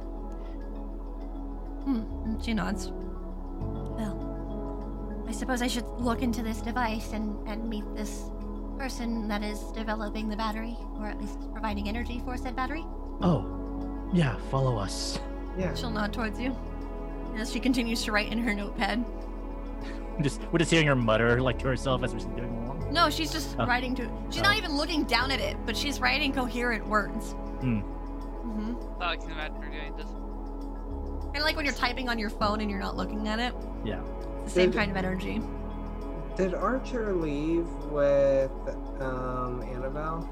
[SPEAKER 3] Hmm. and She nods. Well, I suppose I should look into this device and, and meet this person that is developing the battery, or at least providing energy for said battery.
[SPEAKER 1] Oh, yeah, follow us.
[SPEAKER 5] Yeah.
[SPEAKER 3] She'll nod towards you as she continues to write in her notepad.
[SPEAKER 1] Just we're just hearing her mutter like to herself as we're going along.
[SPEAKER 3] No, she's just
[SPEAKER 1] Oh.
[SPEAKER 3] writing to. She's
[SPEAKER 1] Oh.
[SPEAKER 3] not even looking down at it, but she's writing coherent words.
[SPEAKER 1] Hmm.
[SPEAKER 3] hmm
[SPEAKER 9] Oh, I can imagine her doing this.
[SPEAKER 3] Kind of like when you're typing on your phone and you're not looking at it.
[SPEAKER 1] Yeah.
[SPEAKER 3] It's the same
[SPEAKER 5] Did-
[SPEAKER 3] kind of energy.
[SPEAKER 5] Did Archer leave with um, Annabelle?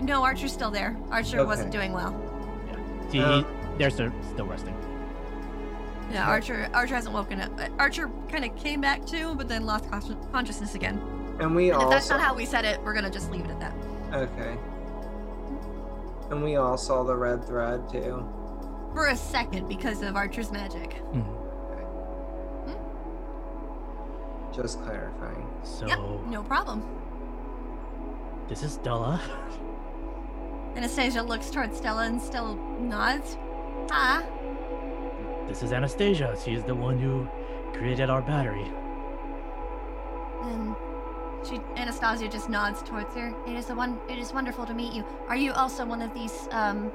[SPEAKER 3] No, Archer's still there. Archer wasn't
[SPEAKER 5] Okay.
[SPEAKER 3] doing well.
[SPEAKER 1] See,
[SPEAKER 5] Uh,
[SPEAKER 1] there's the still resting.
[SPEAKER 3] Yeah, Archer. Archer hasn't woken up. Uh, Archer kind of came back too, but then lost consci- consciousness again.
[SPEAKER 5] And we
[SPEAKER 3] And if
[SPEAKER 5] also
[SPEAKER 3] that's not how we said it, we're gonna just leave it at that.
[SPEAKER 5] okay. And we all saw the red thread too.
[SPEAKER 3] For a second, because of Archer's magic.
[SPEAKER 1] Mm.
[SPEAKER 5] Just clarifying.
[SPEAKER 1] So
[SPEAKER 3] Yep. No problem.
[SPEAKER 1] this is Stella.
[SPEAKER 3] Anastasia looks towards Stella and Stella nods. Ah,
[SPEAKER 1] This is Anastasia. She is the one who created our battery.
[SPEAKER 3] and She Anastasia just nods towards her. It is the one. It is wonderful to meet you. Are you also one of these um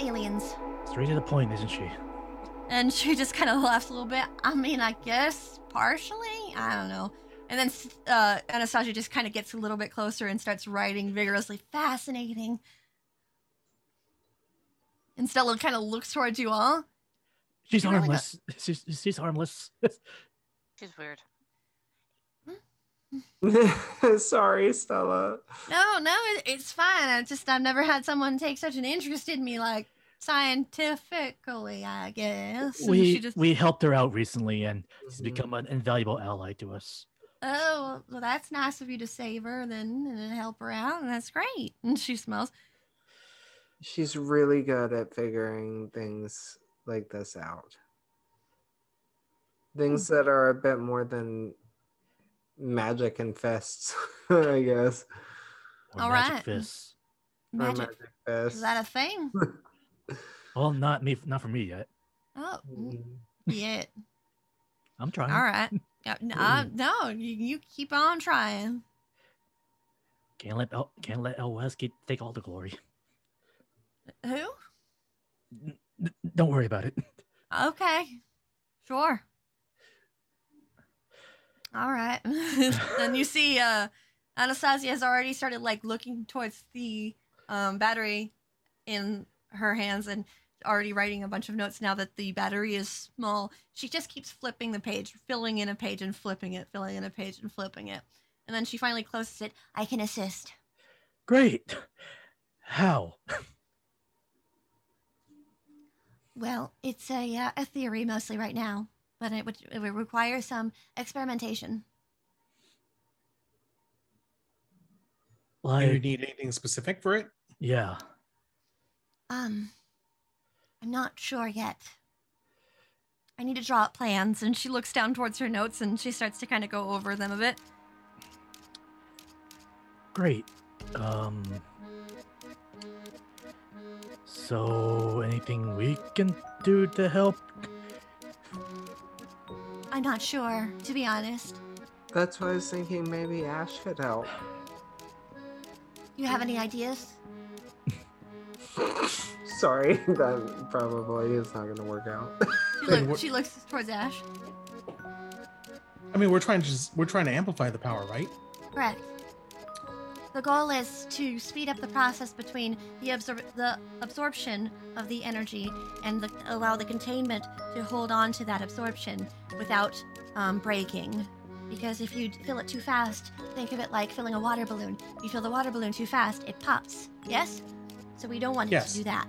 [SPEAKER 3] aliens?
[SPEAKER 1] Straight to the point, isn't she?
[SPEAKER 3] And she just kind of laughs a little bit. I mean, I guess partially. I don't know. And then s- uh, Anastasia just kind of gets a little bit closer and starts writing vigorously. Fascinating. And Stella kind of looks towards you all.
[SPEAKER 1] She's
[SPEAKER 3] She really
[SPEAKER 1] harmless. She's, she's harmless.
[SPEAKER 9] She's weird.
[SPEAKER 5] Sorry, Stella.
[SPEAKER 3] No, no, it, it's fine. I just I've never had someone take such an interest in me like scientifically. I guess. And
[SPEAKER 1] we
[SPEAKER 3] she just, Mm.
[SPEAKER 1] we helped her out recently, and she's become an invaluable ally to us.
[SPEAKER 3] oh, well, that's nice of you to save her then and then help her out, and that's great. And she smiles.
[SPEAKER 5] She's really good at figuring things like this out. Things
[SPEAKER 3] Hmm.
[SPEAKER 5] that are a bit more than magic and fists, I guess.
[SPEAKER 1] Or
[SPEAKER 3] All
[SPEAKER 1] magic
[SPEAKER 3] right.
[SPEAKER 1] fists.
[SPEAKER 5] Or
[SPEAKER 3] Magic.
[SPEAKER 5] magic fists.
[SPEAKER 3] Is that a thing?
[SPEAKER 1] Well, not me, not for me yet.
[SPEAKER 3] Oh,
[SPEAKER 5] Mm-hmm.
[SPEAKER 3] yeah.
[SPEAKER 1] I'm trying.
[SPEAKER 3] All right. Yeah, n- I- No, you, you keep on trying.
[SPEAKER 1] Can't let L- can't let LOS get, take all the glory.
[SPEAKER 3] Who?
[SPEAKER 1] N- Don't worry about it.
[SPEAKER 3] Okay. Sure. All right. and you see uh Anastasia has already started like looking towards the um battery in her hands and already writing a bunch of notes now that the battery is small. She just keeps flipping the page, filling in a page and flipping it, filling in a page and flipping it. And then she finally closes it. I can assist.
[SPEAKER 1] Great. How?
[SPEAKER 3] Well, it's a uh, a theory mostly right now, but it would, it would require some experimentation.
[SPEAKER 1] Like,
[SPEAKER 4] Do you need anything specific for it?
[SPEAKER 1] yeah.
[SPEAKER 3] Um, I'm not sure yet. I need to draw up plans. And she looks down towards her notes and she starts to kind of go over them a bit.
[SPEAKER 1] Great. Um. So, anything we can do to help?
[SPEAKER 3] I'm not sure, to be honest.
[SPEAKER 5] That's why I was thinking maybe Ash could help.
[SPEAKER 3] You have any ideas?
[SPEAKER 5] Sorry, that probably is not going to work out.
[SPEAKER 3] She,
[SPEAKER 4] Then
[SPEAKER 3] look,
[SPEAKER 4] what-
[SPEAKER 3] she looks towards Ash.
[SPEAKER 4] I mean, we're trying to just, we're trying to amplify the power, right?
[SPEAKER 3] Correct. The goal is to speed up the process between the, absor- the absorption of the energy and the, allow the containment to hold on to that absorption without um, breaking. Because if you fill it too fast, think of it like filling a water balloon. You fill the water balloon too fast, it pops. Yes? So we don't want it
[SPEAKER 4] Yes.
[SPEAKER 3] to do that.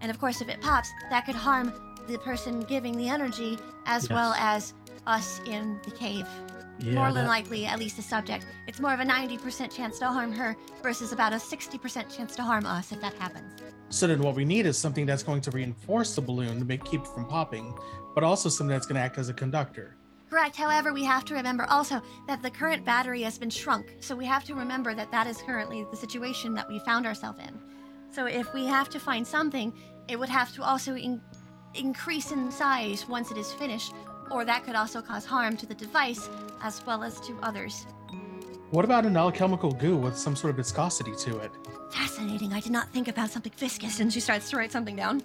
[SPEAKER 3] And of course, if it pops, that could harm the person giving the energy as well as us in the cave.
[SPEAKER 1] Yeah,
[SPEAKER 3] more than
[SPEAKER 1] that-
[SPEAKER 3] likely, at least the subject. It's more of a 90% chance to harm her versus about a 60% chance to harm us if that happens.
[SPEAKER 4] So then what we need is something that's going to reinforce the balloon to make keep it from popping, but also something that's going to act as a conductor.
[SPEAKER 3] Correct. However, we have to remember also that the current battery has been shrunk. So we have to remember that that is currently the situation that we found ourselves in. So if we have to find something, it would have to also in- increase in size once it is finished, or that could also cause harm to the device as well as to others.
[SPEAKER 4] What about an alchemical goo with some sort of viscosity to it?
[SPEAKER 3] Fascinating. I did not think about something viscous. And she starts to write something down.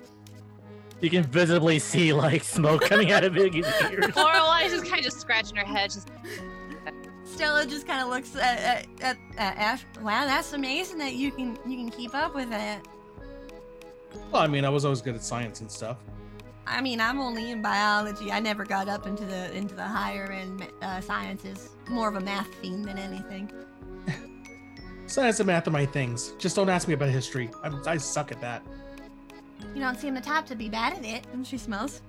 [SPEAKER 1] You can visibly see like smoke coming out of Iggy's ears.
[SPEAKER 9] Lorelai's just kind of scratching her head. Just,
[SPEAKER 3] Stella just kind of looks at, at, at, at Ash. Wow, that's amazing that you can you can keep up with it.
[SPEAKER 4] Well, I mean, I was always good at science and stuff.
[SPEAKER 3] I mean, I'm only in biology. I never got up into the into the higher end uh, sciences. More of a math fiend than anything.
[SPEAKER 4] Science and math are my things. Just don't ask me about history. I, I suck at that.
[SPEAKER 3] You don't seem the type to be bad at it. And she smells.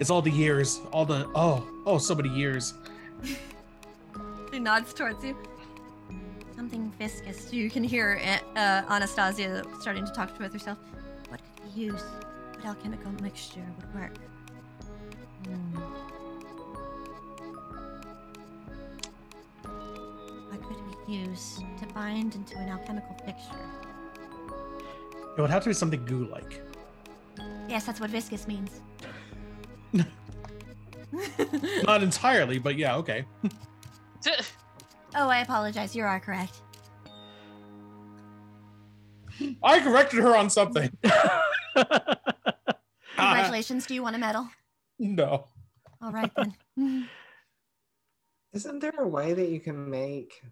[SPEAKER 4] It's all the years, all the oh, oh, so many years.
[SPEAKER 3] She nods towards you. Something viscous. You can hear uh, Anastasia starting to talk with herself. What could we use? What alchemical mixture would work? Hmm. What could we use to bind into an alchemical mixture?
[SPEAKER 4] It would have to be something goo-like.
[SPEAKER 3] Yes, that's what viscous means.
[SPEAKER 4] Not entirely, but yeah, okay.
[SPEAKER 3] Oh, I apologize. You are correct.
[SPEAKER 4] I corrected her on something. Uh-huh.
[SPEAKER 3] Congratulations. Do you want a medal?
[SPEAKER 4] no.
[SPEAKER 3] All right then. Mm.
[SPEAKER 5] Isn't there a way that you can make,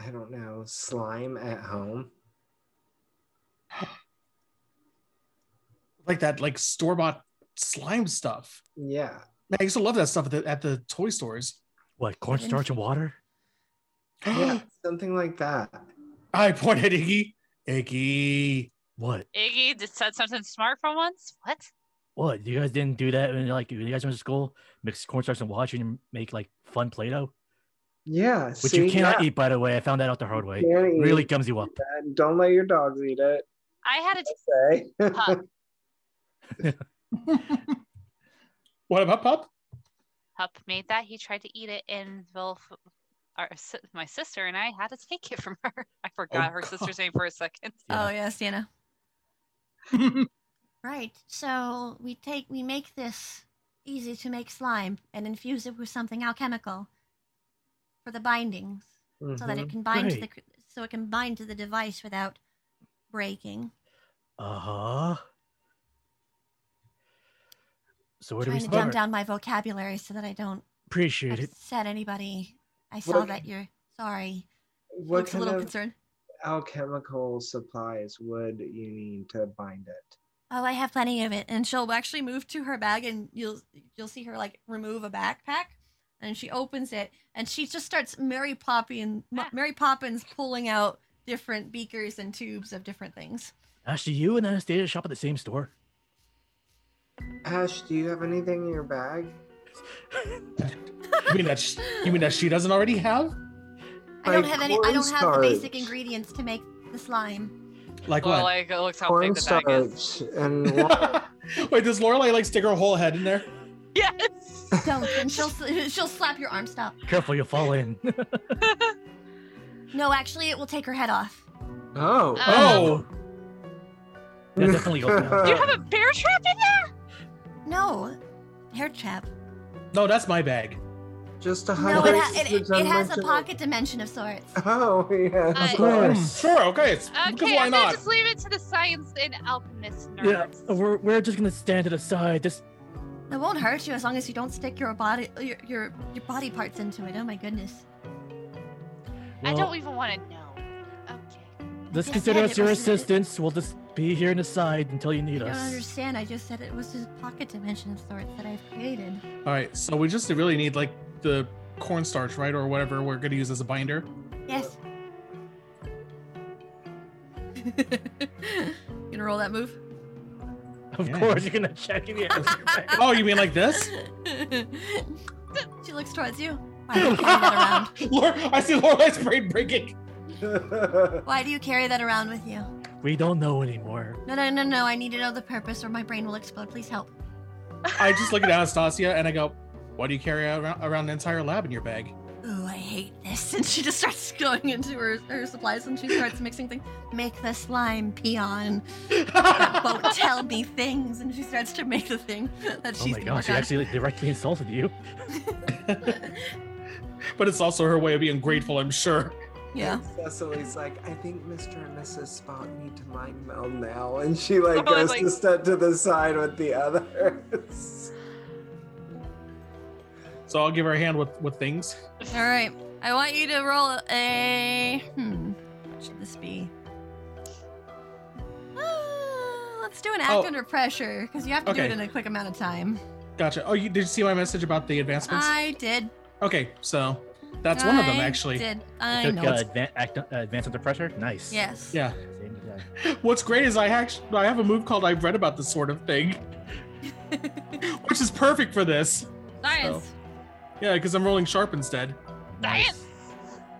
[SPEAKER 5] I don't know, slime at home?
[SPEAKER 4] Like that, like store bought slime stuff.
[SPEAKER 5] Yeah.
[SPEAKER 4] Man, I used to love that stuff at the, at the toy stores.
[SPEAKER 1] What cornstarch and water?
[SPEAKER 5] yeah something like that.
[SPEAKER 4] I pointed at Iggy. Iggy.
[SPEAKER 1] What?
[SPEAKER 9] Iggy just said something smart for once. What?
[SPEAKER 1] What? You guys didn't do that when like when you guys went to school, mix cornstarch and water and make like fun Play-Doh,
[SPEAKER 5] Yeah.
[SPEAKER 1] which you cannot eat. By the way, I found that out the hard way. Really gums you up.
[SPEAKER 5] Don't let your dogs eat it.
[SPEAKER 9] I had a t-
[SPEAKER 5] Say.
[SPEAKER 9] pup.
[SPEAKER 4] What about Pop?
[SPEAKER 9] Pup made that. He tried to eat it, and well, f- our, si- my sister and I had to take it from her. I
[SPEAKER 1] Oh,
[SPEAKER 9] forgot her sister's name for a second.
[SPEAKER 3] Oh yes, Dana. Right. So we take we make this easy to make slime and infuse it with something alchemical for the bindings,
[SPEAKER 1] Mm-hmm.
[SPEAKER 3] so that it can bind to the
[SPEAKER 1] Great.
[SPEAKER 3] cr- so it can bind to the device without breaking.
[SPEAKER 1] Uh huh. So where do we
[SPEAKER 3] Trying to dumb
[SPEAKER 1] start?
[SPEAKER 3] down my vocabulary so that I don't
[SPEAKER 1] Appreciate it.
[SPEAKER 3] upset anybody. I saw
[SPEAKER 5] What-
[SPEAKER 3] that you're sorry.
[SPEAKER 5] What
[SPEAKER 3] Looks a
[SPEAKER 5] kind
[SPEAKER 3] little
[SPEAKER 5] of
[SPEAKER 3] concerned.
[SPEAKER 5] alchemical supplies would you need to bind it?
[SPEAKER 3] Oh, I have plenty of it. And she'll actually move to her bag and you'll you'll see her like remove a backpack and she opens it and she just starts Mary Poppy and Ma- Mary Poppins pulling out different beakers and tubes of different things.
[SPEAKER 1] Actually, you and Anastasia shop at the same store.
[SPEAKER 5] Ash, do you have anything in your bag?
[SPEAKER 4] You mean that? Sh- you mean that she doesn't already have?
[SPEAKER 3] I don't
[SPEAKER 5] Like
[SPEAKER 3] have any I don't have the basic
[SPEAKER 5] cornstarch.
[SPEAKER 3] ingredients to make the slime.
[SPEAKER 4] Like
[SPEAKER 9] well,
[SPEAKER 4] what?
[SPEAKER 9] like it looks how big the bag is.
[SPEAKER 5] Cornstarch and water.
[SPEAKER 4] Wait, does Lorelai like stick her whole head in there?
[SPEAKER 9] Yes.
[SPEAKER 3] Don't and she'll s- she'll slap your arm stop.
[SPEAKER 1] Careful, you'll fall in.
[SPEAKER 3] No, actually it will take her head off.
[SPEAKER 5] oh.
[SPEAKER 9] Uh,
[SPEAKER 4] Oh,
[SPEAKER 1] That's definitely go down.
[SPEAKER 9] Do you have a bear trap in there?
[SPEAKER 3] No. Hair trap.
[SPEAKER 4] no, that's my bag.
[SPEAKER 5] Just a
[SPEAKER 3] No,
[SPEAKER 5] hundred.
[SPEAKER 3] it, ha- it, it, it has a
[SPEAKER 5] dimensional-
[SPEAKER 3] pocket dimension of sorts.
[SPEAKER 5] Oh yeah.
[SPEAKER 9] I-
[SPEAKER 5] of
[SPEAKER 4] Hmm,
[SPEAKER 5] course.
[SPEAKER 4] sure, okay. it's- because
[SPEAKER 9] Uh, Okay,
[SPEAKER 4] why
[SPEAKER 9] I'm gonna
[SPEAKER 4] not?
[SPEAKER 9] just leave it to the science and alchemist
[SPEAKER 1] Yeah, Oh,
[SPEAKER 9] nerds.
[SPEAKER 1] we're, we're just gonna stand to the side. Just
[SPEAKER 3] It won't hurt you as long as you don't stick your body your your, your body parts into it. Oh my goodness.
[SPEAKER 9] I
[SPEAKER 1] well,
[SPEAKER 9] don't even want to know. Okay.
[SPEAKER 1] Let's
[SPEAKER 3] Yeah,
[SPEAKER 1] consider
[SPEAKER 3] yeah,
[SPEAKER 1] us
[SPEAKER 3] it
[SPEAKER 1] your
[SPEAKER 3] was-
[SPEAKER 1] assistants. We'll just be here in the side until you need
[SPEAKER 3] You don't
[SPEAKER 1] us.
[SPEAKER 3] understand. I just said it was this pocket dimension of sorts that I've created.
[SPEAKER 4] All right, so we just really need like the cornstarch, right, or whatever we're gonna use as a binder.
[SPEAKER 3] Yes. gonna roll that move.
[SPEAKER 1] Of
[SPEAKER 4] Yeah.
[SPEAKER 1] course, you're gonna check in the ass.
[SPEAKER 4] Oh, you mean like this?
[SPEAKER 3] she looks towards you. Why do you carry that around?
[SPEAKER 4] Lore- I see Lorelai's brain breaking.
[SPEAKER 3] Why do you carry that around with you?
[SPEAKER 1] we don't know anymore.
[SPEAKER 3] No, no, no, no. I need to know the purpose, or my brain will explode. Please help.
[SPEAKER 4] I just look at Anastasia and I go, "Why do you carry around, around an entire lab in your bag?"
[SPEAKER 3] Ooh, I hate this. And she just starts going into her, her supplies and she starts mixing things. Make the slime peon that won't tell me things. And she starts to make the thing that
[SPEAKER 1] Oh
[SPEAKER 3] she's
[SPEAKER 1] my
[SPEAKER 3] gonna work
[SPEAKER 1] gosh, she
[SPEAKER 3] on.
[SPEAKER 1] actually directly insulted you.
[SPEAKER 4] But it's also her way of being grateful, I'm sure.
[SPEAKER 3] Yeah.
[SPEAKER 5] Cecily's like, I think Mr. and Mrs. Spock need to mind meld now, and she like
[SPEAKER 9] Oh, I
[SPEAKER 5] goes to
[SPEAKER 9] like-
[SPEAKER 5] step to the side with the others.
[SPEAKER 4] So I'll give her a hand with with things.
[SPEAKER 3] All right. I want you to roll a. Hmm. What should this be? Ah, Let's do an act
[SPEAKER 4] Oh.
[SPEAKER 3] under pressure because you have to do
[SPEAKER 4] Okay.
[SPEAKER 3] it in a quick amount of time.
[SPEAKER 4] Gotcha. Oh, you did you see my message about the advancements?
[SPEAKER 3] I did.
[SPEAKER 4] okay, so that's one of them
[SPEAKER 3] I
[SPEAKER 4] actually.
[SPEAKER 3] Did. I
[SPEAKER 1] Took
[SPEAKER 3] know.
[SPEAKER 1] uh,
[SPEAKER 3] it's-
[SPEAKER 1] advan- act, uh, advance under pressure. Nice.
[SPEAKER 3] yes.
[SPEAKER 4] Yeah.
[SPEAKER 1] Same uh, guy.
[SPEAKER 4] What's great is I actually I have a move called I've read about this sort of thing, which is perfect for this.
[SPEAKER 9] Science.
[SPEAKER 4] Yeah, because I'm rolling sharp instead.
[SPEAKER 1] Nice.
[SPEAKER 9] Science.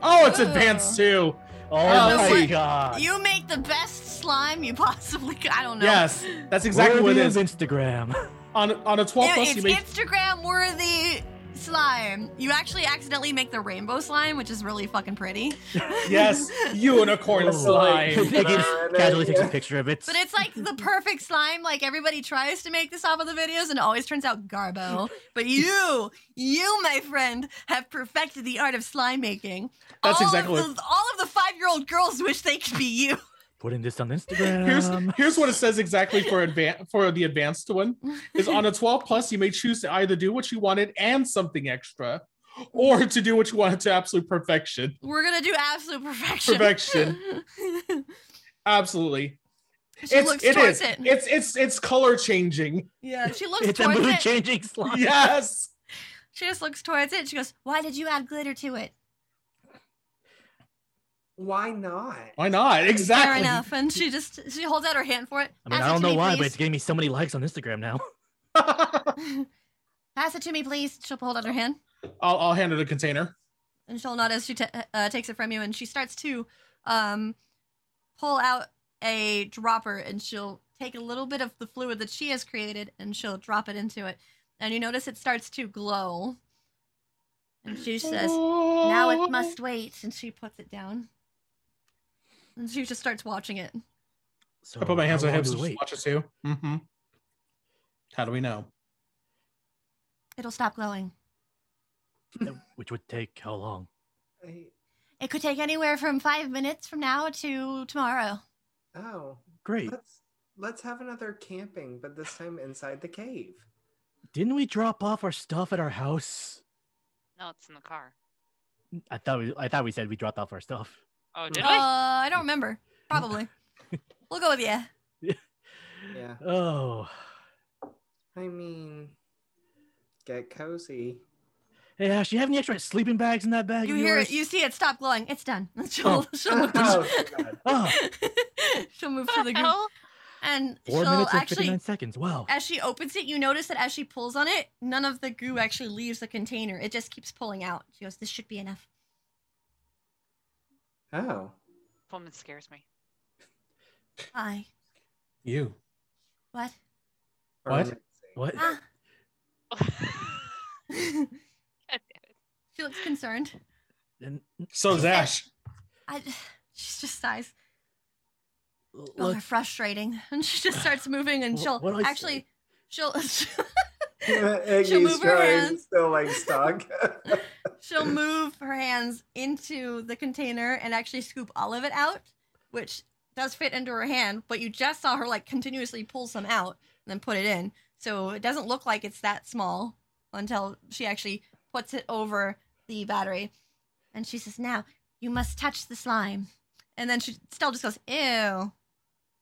[SPEAKER 4] Oh, it's
[SPEAKER 3] Ooh.
[SPEAKER 4] advanced too.
[SPEAKER 1] Oh,
[SPEAKER 4] Oh,
[SPEAKER 1] my
[SPEAKER 3] what?
[SPEAKER 1] god.
[SPEAKER 3] You make the best slime you possibly could. I don't know.
[SPEAKER 4] Yes, that's exactly
[SPEAKER 1] Worthy
[SPEAKER 4] what it
[SPEAKER 1] of
[SPEAKER 4] is.
[SPEAKER 1] Instagram.
[SPEAKER 4] On on a
[SPEAKER 3] It-
[SPEAKER 4] 12 plus,
[SPEAKER 3] it's
[SPEAKER 4] you make
[SPEAKER 3] Instagram worthy slime. You actually accidentally make the rainbow slime, which is really fucking pretty.
[SPEAKER 4] Yes, unicorn slime.
[SPEAKER 1] Iggy just casually takes a picture of it.
[SPEAKER 3] But it's like the perfect slime. Like everybody tries to make this off of the videos and it always turns out garbo. But you, you, my friend, have perfected the art of slime making.
[SPEAKER 4] That's
[SPEAKER 3] all
[SPEAKER 4] exactly
[SPEAKER 3] Of the, all of the five-year-old girls wish they could be you.
[SPEAKER 1] Putting this on Instagram.
[SPEAKER 4] Here's
[SPEAKER 3] Um.
[SPEAKER 4] here's what it says exactly for advan- for the advanced one is on a 12 plus you may choose to either do what you wanted and something extra, or to do what you wanted to absolute perfection.
[SPEAKER 3] We're gonna do absolute perfection.
[SPEAKER 4] Perfection. Absolutely,
[SPEAKER 3] she looks
[SPEAKER 4] it
[SPEAKER 3] towards
[SPEAKER 4] is.
[SPEAKER 3] it.
[SPEAKER 4] It's it's it's color changing.
[SPEAKER 3] Yeah, she looks
[SPEAKER 1] it's a
[SPEAKER 3] towards
[SPEAKER 1] mood
[SPEAKER 3] it.
[SPEAKER 1] changing slime.
[SPEAKER 4] Yes,
[SPEAKER 3] She just looks towards it. She goes, "Why did you add glitter to it?"
[SPEAKER 5] Why not?
[SPEAKER 4] why not? Exactly.
[SPEAKER 3] Fair enough. And she just she holds out her hand for it.
[SPEAKER 1] I mean,
[SPEAKER 3] Pass
[SPEAKER 1] I
[SPEAKER 3] it
[SPEAKER 1] don't
[SPEAKER 3] to
[SPEAKER 1] know
[SPEAKER 3] me,
[SPEAKER 1] why, but
[SPEAKER 3] please.
[SPEAKER 1] it's getting me so many likes on Instagram now.
[SPEAKER 3] Pass it to me, please. She'll hold out her hand,
[SPEAKER 4] I'll I'll hand her the container.
[SPEAKER 3] and she'll nod as she ta uh, takes it from you, and she starts to um, pull out a dropper, and she'll take a little bit of the fluid that she has created, and she'll drop it into it, and you notice it starts to glow. And she says, "Now it must wait," and she puts it down, and she just starts watching it.
[SPEAKER 1] So
[SPEAKER 4] I put my hands
[SPEAKER 1] how
[SPEAKER 4] on
[SPEAKER 1] long
[SPEAKER 4] hips
[SPEAKER 1] do
[SPEAKER 4] and
[SPEAKER 1] we
[SPEAKER 4] just
[SPEAKER 1] wait?
[SPEAKER 4] watch it too. Mm-hmm. How do we know?
[SPEAKER 3] It'll stop glowing.
[SPEAKER 1] Which would take how long?
[SPEAKER 5] I-
[SPEAKER 3] It could take anywhere from five minutes from now to tomorrow.
[SPEAKER 5] oh,
[SPEAKER 1] Great.
[SPEAKER 3] Uh,
[SPEAKER 5] let's let's have another camping, but this time inside the cave.
[SPEAKER 1] Didn't we drop off our stuff at our house?
[SPEAKER 9] No, it's in the car.
[SPEAKER 1] I thought we I thought we said we dropped off our stuff.
[SPEAKER 9] Oh, did
[SPEAKER 3] uh,
[SPEAKER 9] we?
[SPEAKER 3] I don't remember. Probably. we'll go with yeah.
[SPEAKER 5] Yeah.
[SPEAKER 1] Oh.
[SPEAKER 5] I mean, get cozy.
[SPEAKER 1] Hey Ash, you have any extra sleeping bags in that bag?
[SPEAKER 3] You
[SPEAKER 1] of
[SPEAKER 3] hear it.
[SPEAKER 1] Uh, yours?
[SPEAKER 3] You see it. Stop glowing. It's done. She'll, she'll, move,
[SPEAKER 5] Oh, God.
[SPEAKER 1] Oh,
[SPEAKER 3] she'll move to
[SPEAKER 9] What
[SPEAKER 3] the
[SPEAKER 9] the
[SPEAKER 3] group.
[SPEAKER 9] hell?
[SPEAKER 3] And
[SPEAKER 1] four
[SPEAKER 3] she'll
[SPEAKER 1] minutes and fifty
[SPEAKER 3] actually,
[SPEAKER 1] nine seconds. Wow.
[SPEAKER 3] as she opens it, you notice that as she pulls on it, none of the goo actually leaves the container. It just keeps pulling out. She goes, This should be enough.
[SPEAKER 5] oh.
[SPEAKER 9] Woman scares me.
[SPEAKER 3] Why?
[SPEAKER 4] You.
[SPEAKER 3] What?
[SPEAKER 4] What?
[SPEAKER 5] Amazing.
[SPEAKER 1] What?
[SPEAKER 3] Ah. she
[SPEAKER 9] God damn it.
[SPEAKER 3] looks concerned.
[SPEAKER 1] And
[SPEAKER 4] So does Ash.
[SPEAKER 3] I, she just sighs. Oh,
[SPEAKER 1] look,
[SPEAKER 3] they're frustrating. And she just starts moving and
[SPEAKER 1] Wh-
[SPEAKER 3] she'll
[SPEAKER 1] what'd I say?
[SPEAKER 3] actually she'll
[SPEAKER 5] Iggy's
[SPEAKER 3] move her
[SPEAKER 5] drawing
[SPEAKER 3] hands.
[SPEAKER 5] Still like stuck.
[SPEAKER 3] she'll move her hands into the container and actually scoop all of it out, which does fit into her hand, but you just saw her like continuously pull some out and then put it in. So it doesn't look like it's that small until she actually puts it over the battery. And she says, Now you must touch the slime. And then she still just goes, Ew. I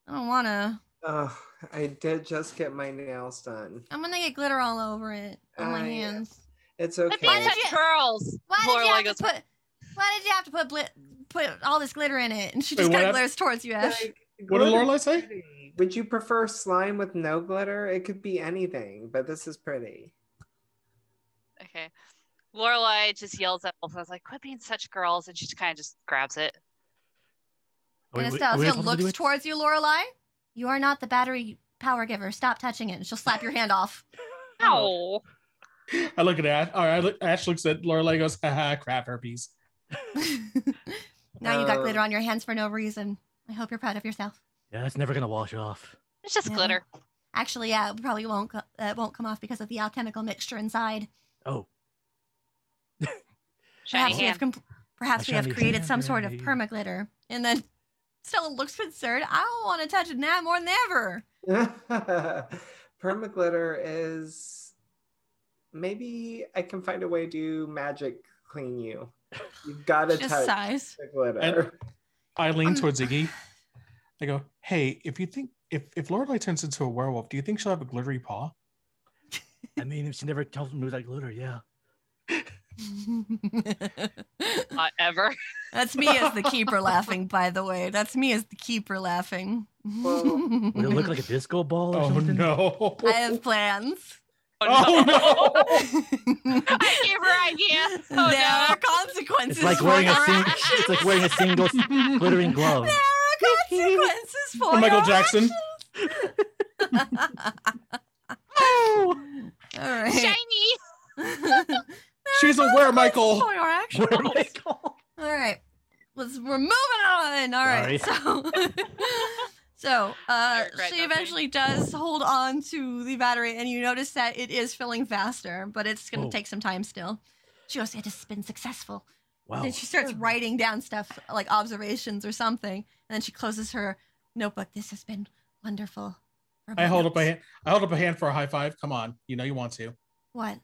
[SPEAKER 3] don't wanna.
[SPEAKER 5] oh, I did just get my nails done.
[SPEAKER 3] I'm gonna get glitter all over it on my
[SPEAKER 5] I-
[SPEAKER 3] hands.
[SPEAKER 5] It's
[SPEAKER 9] The man
[SPEAKER 5] okay.
[SPEAKER 3] did you-
[SPEAKER 9] had curls.
[SPEAKER 3] Why did
[SPEAKER 9] Lorelai
[SPEAKER 3] you have
[SPEAKER 9] goes,
[SPEAKER 3] to put? Why did you have to put bli- put all this glitter in it? And she just
[SPEAKER 4] Wait,
[SPEAKER 3] kind
[SPEAKER 4] what?
[SPEAKER 3] of glares towards you, Ash.
[SPEAKER 5] Like,
[SPEAKER 4] What did
[SPEAKER 5] glitter's
[SPEAKER 4] Lorelai say?
[SPEAKER 5] pretty. Would you prefer slime with no glitter? It could be anything, but this is pretty.
[SPEAKER 9] Okay. Lorelai just yells at both of us, like, quit being such girls. And she kind of just grabs it.
[SPEAKER 1] are we-
[SPEAKER 3] and
[SPEAKER 1] are
[SPEAKER 3] Estelle
[SPEAKER 1] we
[SPEAKER 3] still
[SPEAKER 1] supposed to do
[SPEAKER 3] looks
[SPEAKER 1] it?
[SPEAKER 3] towards you, Lorelai. You are not the battery power giver. Stop touching it, and she'll slap your hand off.
[SPEAKER 9] Ow.
[SPEAKER 4] I look at Ash. All right, I look, Ash looks at Lorelai. Goes, haha, crap herpes.
[SPEAKER 3] now you got
[SPEAKER 5] Uh.
[SPEAKER 3] glitter on your hands for no reason. I hope you're proud of yourself.
[SPEAKER 1] Yeah, it's never gonna wash off.
[SPEAKER 9] It's just
[SPEAKER 3] Yeah.
[SPEAKER 9] glitter.
[SPEAKER 3] Actually, yeah, it probably won't co- uh, it won't come off because of the alchemical mixture inside.
[SPEAKER 1] Oh,
[SPEAKER 9] Shiny
[SPEAKER 3] Perhaps we have
[SPEAKER 9] hand.
[SPEAKER 3] com- perhaps
[SPEAKER 1] A
[SPEAKER 3] we have
[SPEAKER 1] shiny
[SPEAKER 3] created some
[SPEAKER 1] hand,
[SPEAKER 3] sort of
[SPEAKER 1] yeah.
[SPEAKER 3] permaglitter. And then Stella looks concerned. I don't want to touch it now more than ever.
[SPEAKER 5] Permaglitter is maybe I can find a way to magic clean you. You've got to
[SPEAKER 3] Just
[SPEAKER 5] touch
[SPEAKER 3] sighs.
[SPEAKER 5] the glitter.
[SPEAKER 4] I lean
[SPEAKER 3] Um,
[SPEAKER 4] towards Iggy. I go, hey, if you think if if Lorelai turns into a werewolf, do you think she'll have a glittery paw?
[SPEAKER 1] I mean, if she never tells me that glitter, yeah.
[SPEAKER 9] Not ever.
[SPEAKER 3] That's me as the keeper laughing, by the way. That's me as the keeper laughing.
[SPEAKER 5] Well-
[SPEAKER 1] Would it look like a disco ball or
[SPEAKER 4] Oh
[SPEAKER 1] something?
[SPEAKER 4] no!
[SPEAKER 3] I have plans.
[SPEAKER 4] Oh no!
[SPEAKER 9] I gave her idea.
[SPEAKER 3] there
[SPEAKER 9] Oh
[SPEAKER 3] are consequences
[SPEAKER 1] It's like
[SPEAKER 3] for
[SPEAKER 1] wearing a
[SPEAKER 3] your
[SPEAKER 1] sing-
[SPEAKER 3] actions.
[SPEAKER 1] it's like wearing a single s- glittering glove.
[SPEAKER 3] There are consequences for
[SPEAKER 4] For Michael
[SPEAKER 3] your
[SPEAKER 4] Jackson.
[SPEAKER 3] actions. All
[SPEAKER 9] no.
[SPEAKER 3] right.
[SPEAKER 9] Shiny.
[SPEAKER 4] She's a where, Michael.
[SPEAKER 3] For your actions.
[SPEAKER 4] Where, Michael?
[SPEAKER 3] All right. Let's we're moving on. All right. So So uh,
[SPEAKER 9] regret
[SPEAKER 3] she
[SPEAKER 9] nothing.
[SPEAKER 3] eventually does hold on to the battery, and you notice that it is filling faster, but it's going to
[SPEAKER 9] Oh.
[SPEAKER 3] take some time still. She goes, "It has been successful."
[SPEAKER 9] Wow.
[SPEAKER 3] Then she starts writing down stuff like observations or something, and then she closes her notebook. This has been wonderful.
[SPEAKER 4] I hold up a hand. I hold up a hand for a high five. Come on, you know you want to.
[SPEAKER 3] What?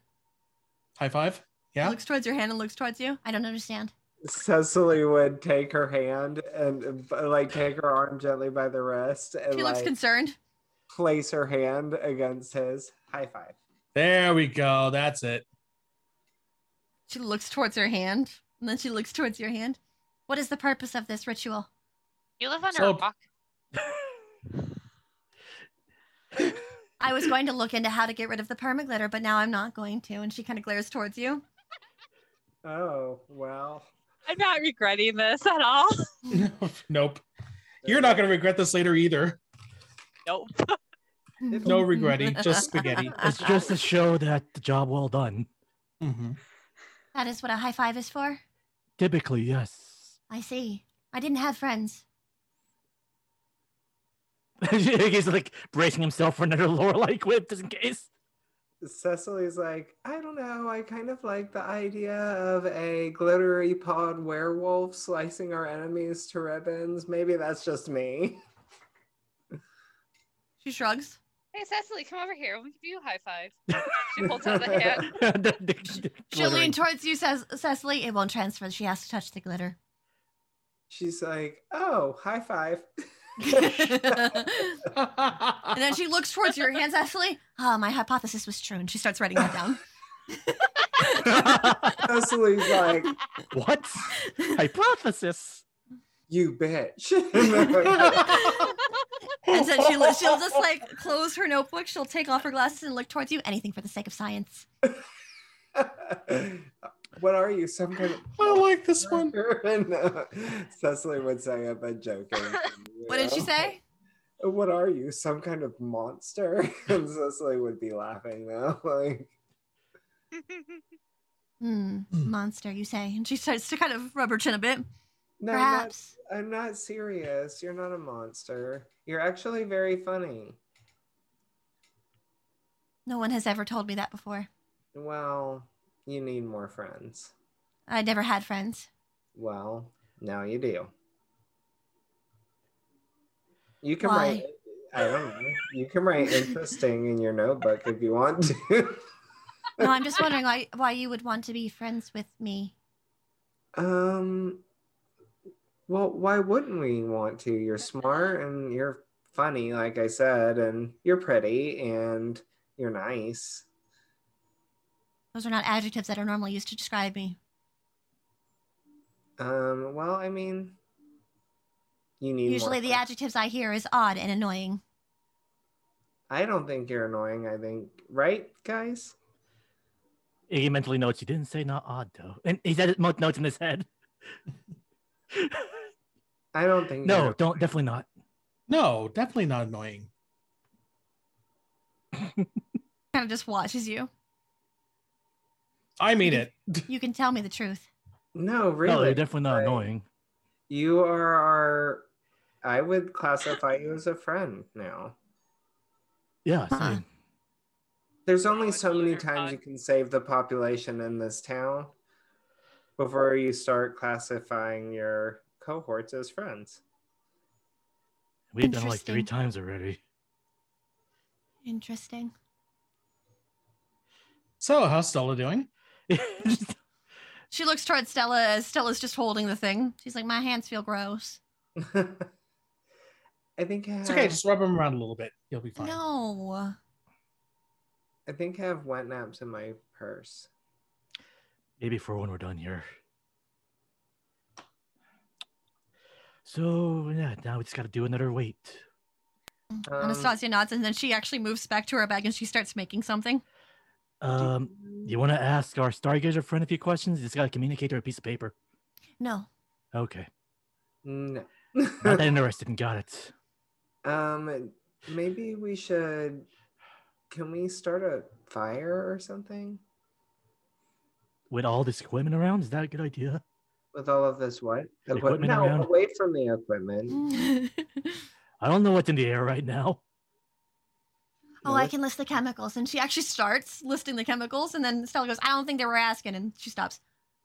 [SPEAKER 4] High five. Yeah.
[SPEAKER 3] Looks towards your hand and looks towards you. I don't understand.
[SPEAKER 5] Cecily would take her hand and uh, like take her arm gently by the wrist and
[SPEAKER 3] She looks
[SPEAKER 5] like,
[SPEAKER 3] concerned.
[SPEAKER 5] place her hand against his high five.
[SPEAKER 4] There we go. That's it.
[SPEAKER 3] She looks towards her hand, and then she looks towards your hand. What is the purpose of this ritual?
[SPEAKER 9] You live under
[SPEAKER 3] So-
[SPEAKER 9] a rock.
[SPEAKER 3] I was going to look into how to get rid of the permaglitter, but now I'm not going to. And she kind of glares towards you.
[SPEAKER 5] Oh, well.
[SPEAKER 9] I'm not regretting this at all.
[SPEAKER 4] Hmm. Nope. You're not going to regret this later either.
[SPEAKER 9] Nope.
[SPEAKER 4] No regretty, just spaghetti.
[SPEAKER 1] It's
[SPEAKER 3] Uh-huh.
[SPEAKER 1] just to show that the job well done.
[SPEAKER 4] Mm-hmm.
[SPEAKER 3] That is what a high five is for?
[SPEAKER 1] Typically, yes.
[SPEAKER 3] I see. I didn't have friends.
[SPEAKER 1] He's like bracing himself for another Lorelei quip just in case.
[SPEAKER 5] Cecily's like, I don't know. I kind of like the idea of a glittery pod werewolf slicing our enemies to ribbons. Maybe that's just me.
[SPEAKER 3] She shrugs.
[SPEAKER 9] Hey, Cecily, come over here. We can do a high five. She holds out the hand.
[SPEAKER 3] She'll lean towards you, says Cecily. It won't transfer. She has to touch the glitter.
[SPEAKER 5] She's like, oh, high five.
[SPEAKER 3] And then she looks towards your hand, Cecily. Ah, my hypothesis was true. And she starts writing that down.
[SPEAKER 5] Cecily's like,
[SPEAKER 1] what? Hypothesis.
[SPEAKER 5] You bitch.
[SPEAKER 3] And then she, she'll just like close her notebook. She'll take off her glasses and look towards you. Anything for the sake of science.
[SPEAKER 5] what are you? Some kind of.
[SPEAKER 4] I don't like this
[SPEAKER 5] one. and, uh, Cecily would say it, but joking.
[SPEAKER 3] What did she
[SPEAKER 5] Yeah.
[SPEAKER 3] say?
[SPEAKER 5] What are you? Some kind of monster? and Cecily would be laughing now. Like,
[SPEAKER 3] Hmm, monster, you say. And she starts to kind of rub her chin a bit.
[SPEAKER 5] no, I'm not-
[SPEAKER 3] Perhaps.
[SPEAKER 5] I'm not serious. You're not a monster. You're actually very funny.
[SPEAKER 3] No one has ever told me that before.
[SPEAKER 5] Well, you need more friends.
[SPEAKER 3] I never had friends.
[SPEAKER 5] Well, now you do. You can
[SPEAKER 3] Why?
[SPEAKER 5] write. I don't know. You can write interesting in your notebook if you want to.
[SPEAKER 3] No, I'm just wondering why, why you would want to be friends with me.
[SPEAKER 5] Um. Well, why wouldn't we want to? You're smart and you're funny, like I said, and you're pretty and you're nice.
[SPEAKER 3] Those are not adjectives that are normally used to describe me.
[SPEAKER 5] Um. Well, I mean, you need more
[SPEAKER 3] Usually, the
[SPEAKER 5] friends.
[SPEAKER 3] adjectives I hear is odd and annoying.
[SPEAKER 5] I don't think you're annoying. I think right, guys.
[SPEAKER 1] Iggy mentally notes you didn't say not odd though, and he's had mo- notes in his head.
[SPEAKER 5] I don't think
[SPEAKER 1] No, don't definitely not.
[SPEAKER 4] No, definitely not annoying.
[SPEAKER 3] Kind of just watches you.
[SPEAKER 4] I mean it.
[SPEAKER 3] You can tell me the truth.
[SPEAKER 5] No, really.
[SPEAKER 1] No, you're definitely not annoying.
[SPEAKER 5] You are our. I would classify you as a friend now.
[SPEAKER 1] Yeah, same.
[SPEAKER 5] There's only so many times you can save the population in this town before you start classifying your cohorts as friends.
[SPEAKER 1] We've done it like three
[SPEAKER 3] Interesting.
[SPEAKER 1] times already.
[SPEAKER 3] Interesting.
[SPEAKER 4] So, how's Stella doing?
[SPEAKER 3] She looks towards Stella as Stella's just holding the thing. She's like, My hands feel gross.
[SPEAKER 5] I think I have,
[SPEAKER 4] It's okay. Just rub them around a little bit. You'll be fine.
[SPEAKER 3] No.
[SPEAKER 5] I think I have wet naps in my purse.
[SPEAKER 1] Maybe for when we're done here. So yeah, now we just gotta do another wait.
[SPEAKER 5] Um,
[SPEAKER 3] Anastasia nods and then she actually moves back to her bag and she starts making something.
[SPEAKER 1] Um, you want to ask our Stargazer friend a few questions? You just gotta communicate through a piece of paper.
[SPEAKER 3] No.
[SPEAKER 1] Okay,
[SPEAKER 5] No.
[SPEAKER 1] not that interested. And got it.
[SPEAKER 5] Um, maybe we should. Can we start a fire or something?
[SPEAKER 1] with all this equipment around? Is that a good idea?
[SPEAKER 5] With all of this, what?
[SPEAKER 1] Equipment
[SPEAKER 5] no,
[SPEAKER 1] around?
[SPEAKER 5] away from the equipment.
[SPEAKER 1] I don't know what's in the air right now.
[SPEAKER 3] Oh, I can list the chemicals. And she actually starts listing the chemicals. And then Stella goes, I don't think they were asking. And she stops.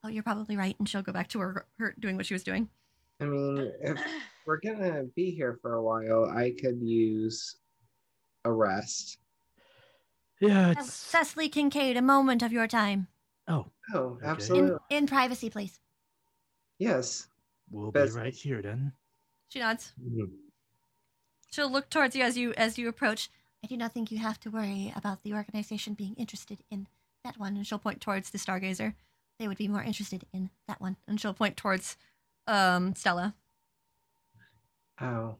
[SPEAKER 3] Oh, you're probably right. And she'll go back to her, her doing what she was doing.
[SPEAKER 5] I mean, if we're gonna be here for a while, I could use a rest.
[SPEAKER 1] Yeah,
[SPEAKER 3] Cecily Kincaid, a moment of your time.
[SPEAKER 1] Oh,
[SPEAKER 5] Oh,
[SPEAKER 1] Okay.
[SPEAKER 5] absolutely.
[SPEAKER 3] In privacy, please.
[SPEAKER 5] Yes.
[SPEAKER 1] we'll
[SPEAKER 5] Best-
[SPEAKER 1] be right here then.
[SPEAKER 3] She nods.
[SPEAKER 1] Mm-hmm.
[SPEAKER 3] She'll look towards you as you as you approach. I do not think you have to worry about the organization being interested in that one. And she'll point towards the stargazer. They would be more interested in that one. And she'll point towards um, Stella.
[SPEAKER 5] Oh.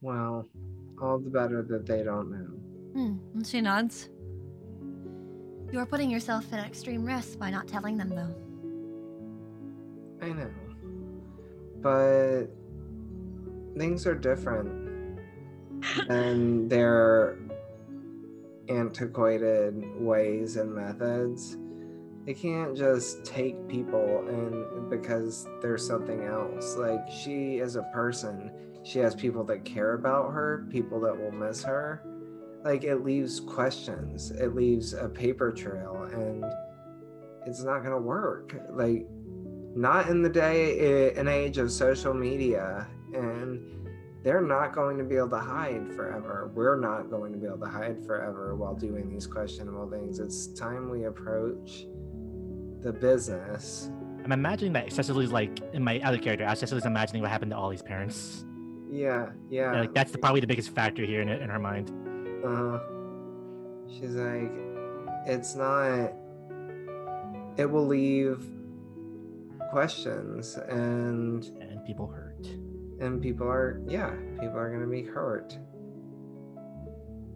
[SPEAKER 5] Well, all the better that they don't know.
[SPEAKER 3] Hmm. And she nods. You are putting yourself at extreme risk by not telling them, though.
[SPEAKER 5] I know. But things are different than their antiquated ways and methods. They can't just take people and because there's something else. Like she is a person. She has people that care about her, people that will miss her. Like it leaves questions. It leaves a paper trail and it's not going to work. Like not in the day an age of social media and they're not going to be able to hide forever we're not going to be able to hide forever while doing these questionable things it's time we approach the business
[SPEAKER 1] I'm imagining that Cecily's like in my other character. as Cecily's imagining what happened to Ollie's parents.
[SPEAKER 5] yeah yeah
[SPEAKER 1] Like that's the, probably the biggest factor here in, in her mind.
[SPEAKER 5] Uh, she's like, it's not. It will leave questions, and
[SPEAKER 1] and people hurt,
[SPEAKER 5] and people are yeah, people are gonna be hurt.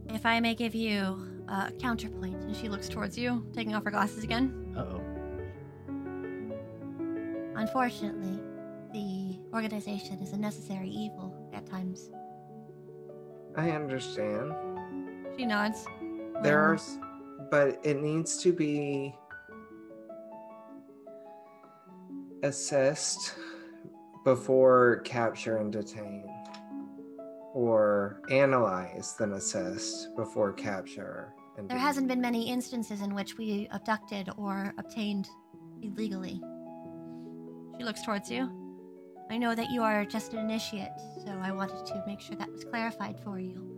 [SPEAKER 3] If I may give you a counterpoint, and she looks towards you, taking off her glasses again.
[SPEAKER 1] Uh oh.
[SPEAKER 3] Unfortunately, the organization is a necessary evil at times.
[SPEAKER 5] I understand.
[SPEAKER 3] She nods.
[SPEAKER 5] There
[SPEAKER 3] Well,
[SPEAKER 5] are, s-
[SPEAKER 3] Mm-hmm.
[SPEAKER 5] but it needs to be assessed before capture and detain, or analyzed then assessed before capture. And
[SPEAKER 3] There
[SPEAKER 5] detain.
[SPEAKER 3] hasn't been many instances in which we abducted or obtained illegally. She looks towards you. I know that you are just an initiate, so I wanted to make sure that was clarified for you.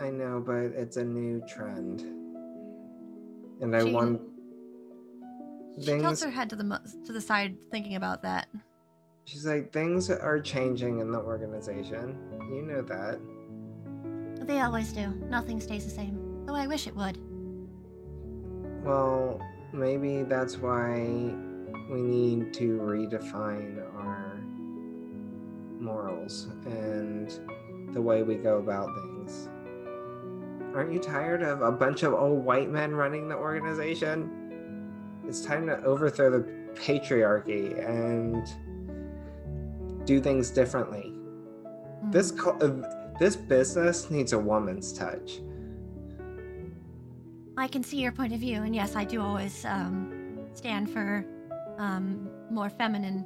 [SPEAKER 5] I know, but it's a new trend, and I
[SPEAKER 3] She-
[SPEAKER 5] want
[SPEAKER 3] She tilts
[SPEAKER 5] things.
[SPEAKER 3] her head to the mo- to the side, thinking about that.
[SPEAKER 5] She's like, things are changing in the organization. You know that.
[SPEAKER 3] They always do. Nothing stays the same, though I wish it would.
[SPEAKER 5] Well, maybe that's why we need to redefine our morals and the way we go about things. Aren't you tired of a bunch of old white men running the organization? It's time to overthrow the patriarchy and do things differently. This co- uh, this business needs a woman's touch.
[SPEAKER 3] I can see your point of view, and yes, I do always um, stand for um, more feminine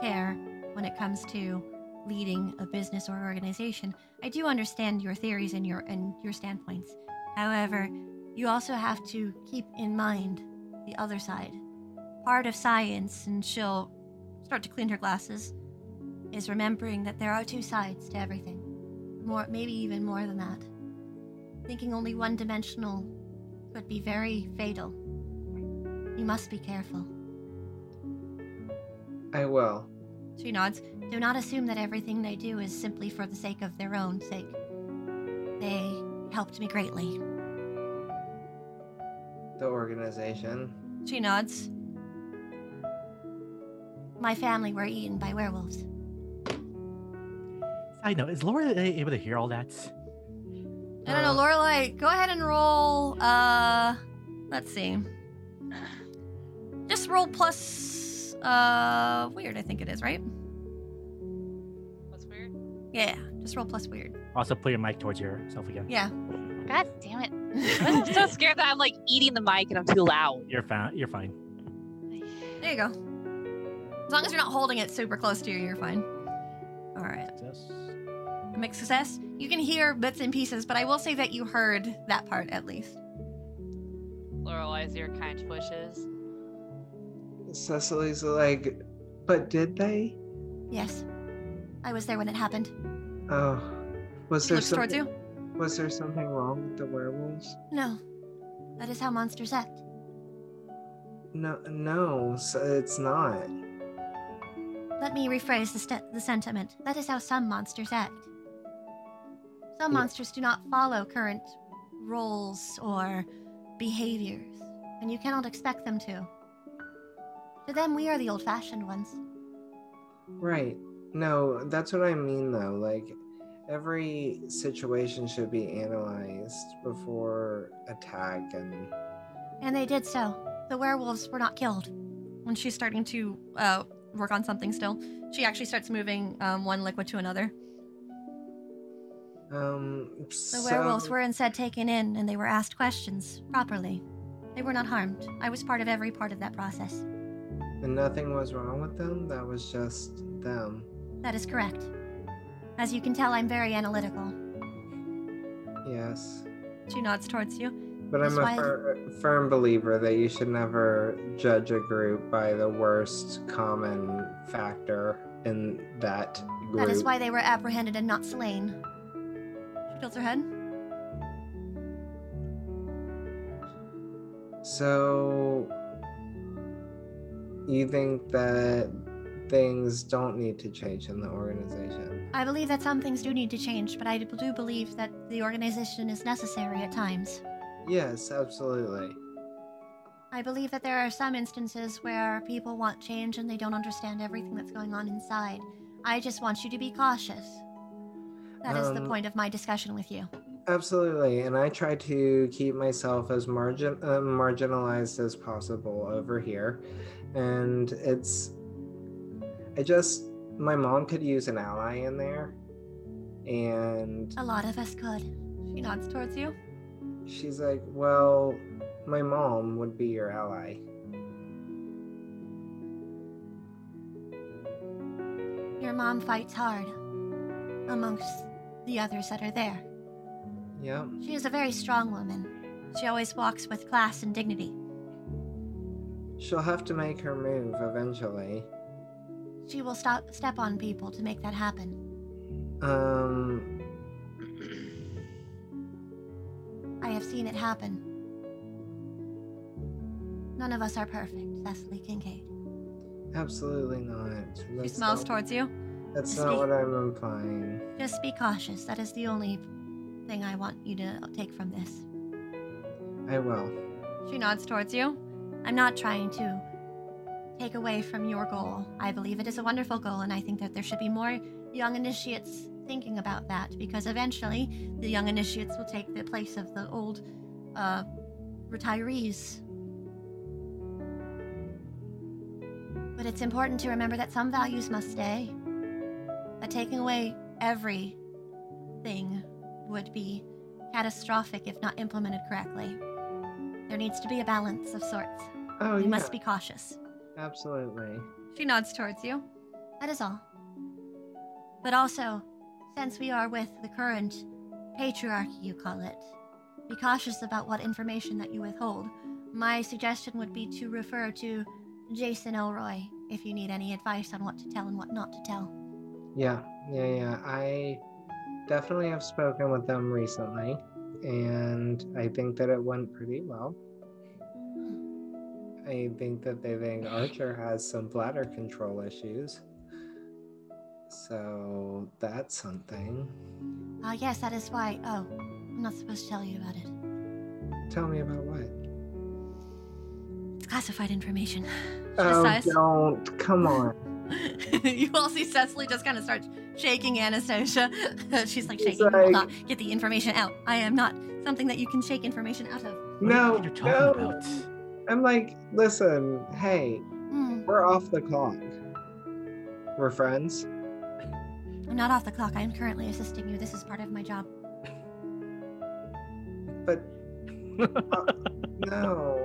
[SPEAKER 3] care when it comes to leading a business or organization. I do understand your theories and your and your standpoints. However, you also have to keep in mind the other side. Part of science, and she'll start to clean her glasses, is remembering that there are two sides to everything. More, maybe even more than that. Thinking only one-dimensional could be very fatal. You must be careful.
[SPEAKER 5] I will.
[SPEAKER 3] She nods. Do not assume that everything they do is simply for the sake of their own sake. They helped me greatly.
[SPEAKER 5] The organization.
[SPEAKER 3] She nods. My family were eaten by werewolves.
[SPEAKER 1] I know. Is Laura a- able to hear all that?
[SPEAKER 3] I don't know, Lorelai, go ahead and roll. Uh, let's see. Just roll plus. Uh, weird, I think it is, right?
[SPEAKER 9] What's weird?
[SPEAKER 3] Yeah, just roll plus weird.
[SPEAKER 1] Also, put your mic towards yourself again.
[SPEAKER 3] Yeah.
[SPEAKER 9] God damn it. I'm so scared that I'm like eating the mic and I'm too loud.
[SPEAKER 1] You're fine. You're fine.
[SPEAKER 3] There you go. As long as you're not holding it super close to you, you're fine. All right.
[SPEAKER 1] Success.
[SPEAKER 3] Make success. You can hear bits and pieces, but I will say that you heard that part at least.
[SPEAKER 9] Lorelei's ear kind of pushes.
[SPEAKER 5] Cecily's like, but did they?
[SPEAKER 3] Yes. I was there when it happened.
[SPEAKER 5] Oh, was
[SPEAKER 3] She
[SPEAKER 5] there
[SPEAKER 3] looks towards
[SPEAKER 5] something?
[SPEAKER 3] you.
[SPEAKER 5] Was there something wrong with the werewolves?
[SPEAKER 3] No. That is how monsters act.
[SPEAKER 5] No, no, s- it's not.
[SPEAKER 3] Let me rephrase the, st- the sentiment. That is how some monsters act. Some
[SPEAKER 5] Yeah.
[SPEAKER 3] monsters do not follow current roles or behaviors, and you cannot expect them to. To them, we are the old fashioned ones.
[SPEAKER 5] Right. No, that's what I mean though. Like every situation should be analyzed before attack and
[SPEAKER 3] And they did so. The werewolves were not killed. When she's starting to uh, work on something still, she actually starts moving um, one liquid to another.
[SPEAKER 5] um
[SPEAKER 3] The
[SPEAKER 5] so,
[SPEAKER 3] werewolves were instead taken in and they were asked questions properly. They were not harmed. I was part of every part of that process.
[SPEAKER 5] and nothing was wrong with them. That was just them.
[SPEAKER 3] That is correct. As you can tell, I'm very analytical.
[SPEAKER 5] Yes.
[SPEAKER 3] She nods towards you.
[SPEAKER 5] But I'm
[SPEAKER 3] That's why-
[SPEAKER 5] a fir- firm believer that you should never judge a group by the worst common factor in that group.
[SPEAKER 3] That is why they were apprehended and not slain. She tilts her head.
[SPEAKER 5] So, you think that things don't need to change in the organization?
[SPEAKER 3] I believe that some things do need to change, but I do believe that the organization is necessary at times.
[SPEAKER 5] Yes, absolutely.
[SPEAKER 3] I believe that there are some instances where people want change and they don't understand everything that's going on inside. I just want you to be cautious. That is the
[SPEAKER 5] Um,
[SPEAKER 3] point of my discussion with you.
[SPEAKER 5] Absolutely. And I try to keep myself as margin uh, marginalized as possible over here. And it's I just my mom could use an ally in there. And
[SPEAKER 3] A lot of us could. She nods towards you.
[SPEAKER 5] she's like, "Well, my mom would be your ally."
[SPEAKER 3] Your mom fights hard amongst the others that are there.
[SPEAKER 5] Yep.
[SPEAKER 3] She is a very strong woman. She always walks with class and dignity.
[SPEAKER 5] She'll have to make her move eventually.
[SPEAKER 3] She will stop step on people to make that happen.
[SPEAKER 5] Um,
[SPEAKER 3] I have seen it happen. None of us are perfect, Cecily Kincaid.
[SPEAKER 5] absolutely not.
[SPEAKER 3] She
[SPEAKER 5] That's
[SPEAKER 3] smiles
[SPEAKER 5] not-
[SPEAKER 3] towards you.
[SPEAKER 5] That's
[SPEAKER 3] the
[SPEAKER 5] not
[SPEAKER 3] speak-
[SPEAKER 5] what I'm implying.
[SPEAKER 3] Just be cautious. That is the only thing I want you to take from this.
[SPEAKER 5] I will.
[SPEAKER 3] She nods towards you. I'm not trying to take away from your goal. I believe it is a wonderful goal, and I think that there should be more young initiates thinking about that because eventually the young initiates will take the place of the old uh, retirees. But it's important to remember that some values must stay. That taking away everything would be catastrophic if not implemented correctly. There needs to be a balance of sorts.
[SPEAKER 5] Oh,
[SPEAKER 3] you
[SPEAKER 5] yeah.
[SPEAKER 3] must be cautious.
[SPEAKER 5] Absolutely.
[SPEAKER 3] She nods towards you. That is all. But also, since we are with the current patriarchy, you call it, be cautious about what information that you withhold. My suggestion would be to refer to Jason Elroy if you need any advice on what to tell and what not to tell.
[SPEAKER 5] Yeah, yeah, yeah. I definitely have spoken with them recently, and I think that it went pretty well. I think that they think Archer has some bladder control issues. So that's something.
[SPEAKER 3] Ah, yes, that is why. Oh, I'm not supposed to tell you about it.
[SPEAKER 5] Tell me about what?
[SPEAKER 3] It's classified information. She
[SPEAKER 5] Oh,
[SPEAKER 3] sighs.
[SPEAKER 5] don't. Come on.
[SPEAKER 3] you all see Cecily just kind of starts shaking Anastasia. She's like
[SPEAKER 5] She's
[SPEAKER 3] shaking. I will not
[SPEAKER 5] like-
[SPEAKER 3] get the information out. I am not something that you can shake information out of.
[SPEAKER 5] No,
[SPEAKER 1] What are you talking
[SPEAKER 5] no.
[SPEAKER 1] about?
[SPEAKER 5] I'm like, listen, hey,
[SPEAKER 3] Hmm,
[SPEAKER 5] we're off the clock. We're friends.
[SPEAKER 3] I'm not off the clock. I am currently assisting you. This is part of my job.
[SPEAKER 5] But no.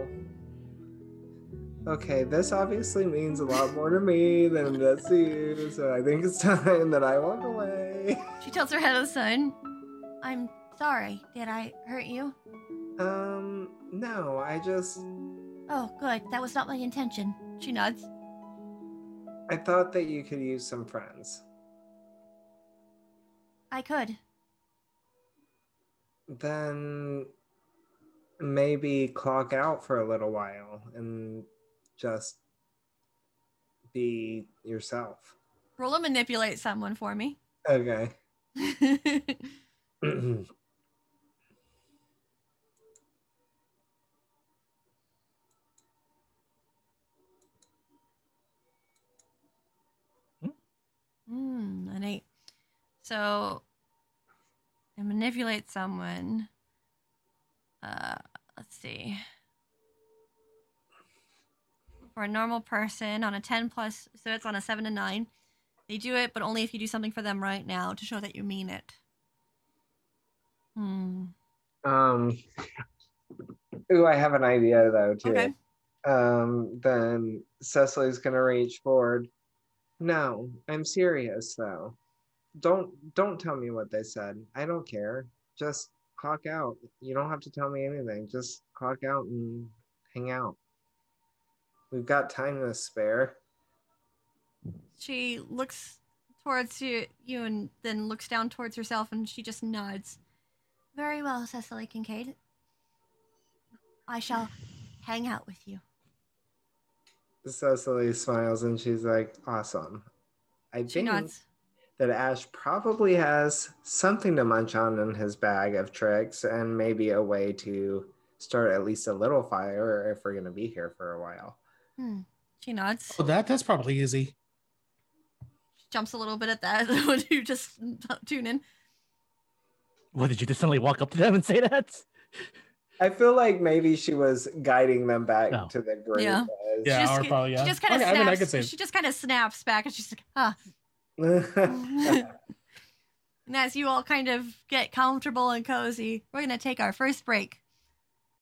[SPEAKER 5] Okay, this obviously means a lot more to me than it does to you, so I think it's time that I walk away.
[SPEAKER 3] She tilts her head to the side. I'm sorry. Did I hurt you?
[SPEAKER 5] Um, no, I just
[SPEAKER 3] Oh, good. That was not my intention. She nods.
[SPEAKER 5] I thought that you could use some friends.
[SPEAKER 3] I could.
[SPEAKER 5] Then maybe clock out for a little while and just be yourself.
[SPEAKER 3] Roll and manipulate someone for me.
[SPEAKER 5] Okay.
[SPEAKER 3] Mm, an eight. So I manipulate someone. Uh, let's see. For a normal person on a 10 plus, so it's on a 7 to 9, they do it, but only if you do something for them right now to show that you mean it. Hmm.
[SPEAKER 5] Um, ooh, I have an idea though too.
[SPEAKER 3] Okay.
[SPEAKER 5] Um, then Cecily's gonna reach forward. No, I'm serious though. Don't don't tell me what they said. I don't care. Just clock out. You don't have to tell me anything. Just clock out and hang out. We've got time to spare.
[SPEAKER 3] She looks towards you, you and then looks down towards herself and she just nods. Very well, Cecily Kincaid. I shall hang out with you.
[SPEAKER 5] Cecily smiles and she's like, "Awesome." I
[SPEAKER 3] She
[SPEAKER 5] think
[SPEAKER 3] nods.
[SPEAKER 5] that Ash probably has something to munch on in his bag of tricks and maybe a way to start at least a little fire if we're going to be here for a while.
[SPEAKER 3] Hmm. She nods.
[SPEAKER 4] Oh, that that's probably easy.
[SPEAKER 3] She jumps a little bit at that when you just tune in.
[SPEAKER 1] What did you just suddenly walk up to them and say that?
[SPEAKER 5] I feel like maybe she was guiding them back
[SPEAKER 1] Oh.
[SPEAKER 5] to the group.
[SPEAKER 3] Yeah.
[SPEAKER 5] as-
[SPEAKER 4] Yeah,
[SPEAKER 3] just
[SPEAKER 4] or
[SPEAKER 3] ki-
[SPEAKER 4] probably yeah.
[SPEAKER 3] She just kind of
[SPEAKER 4] Okay, I
[SPEAKER 3] snaps.
[SPEAKER 4] mean, I could say
[SPEAKER 3] she just kind of snaps back, and she's like, "Huh." and as you all kind of get comfortable and cozy, we're gonna take our first break.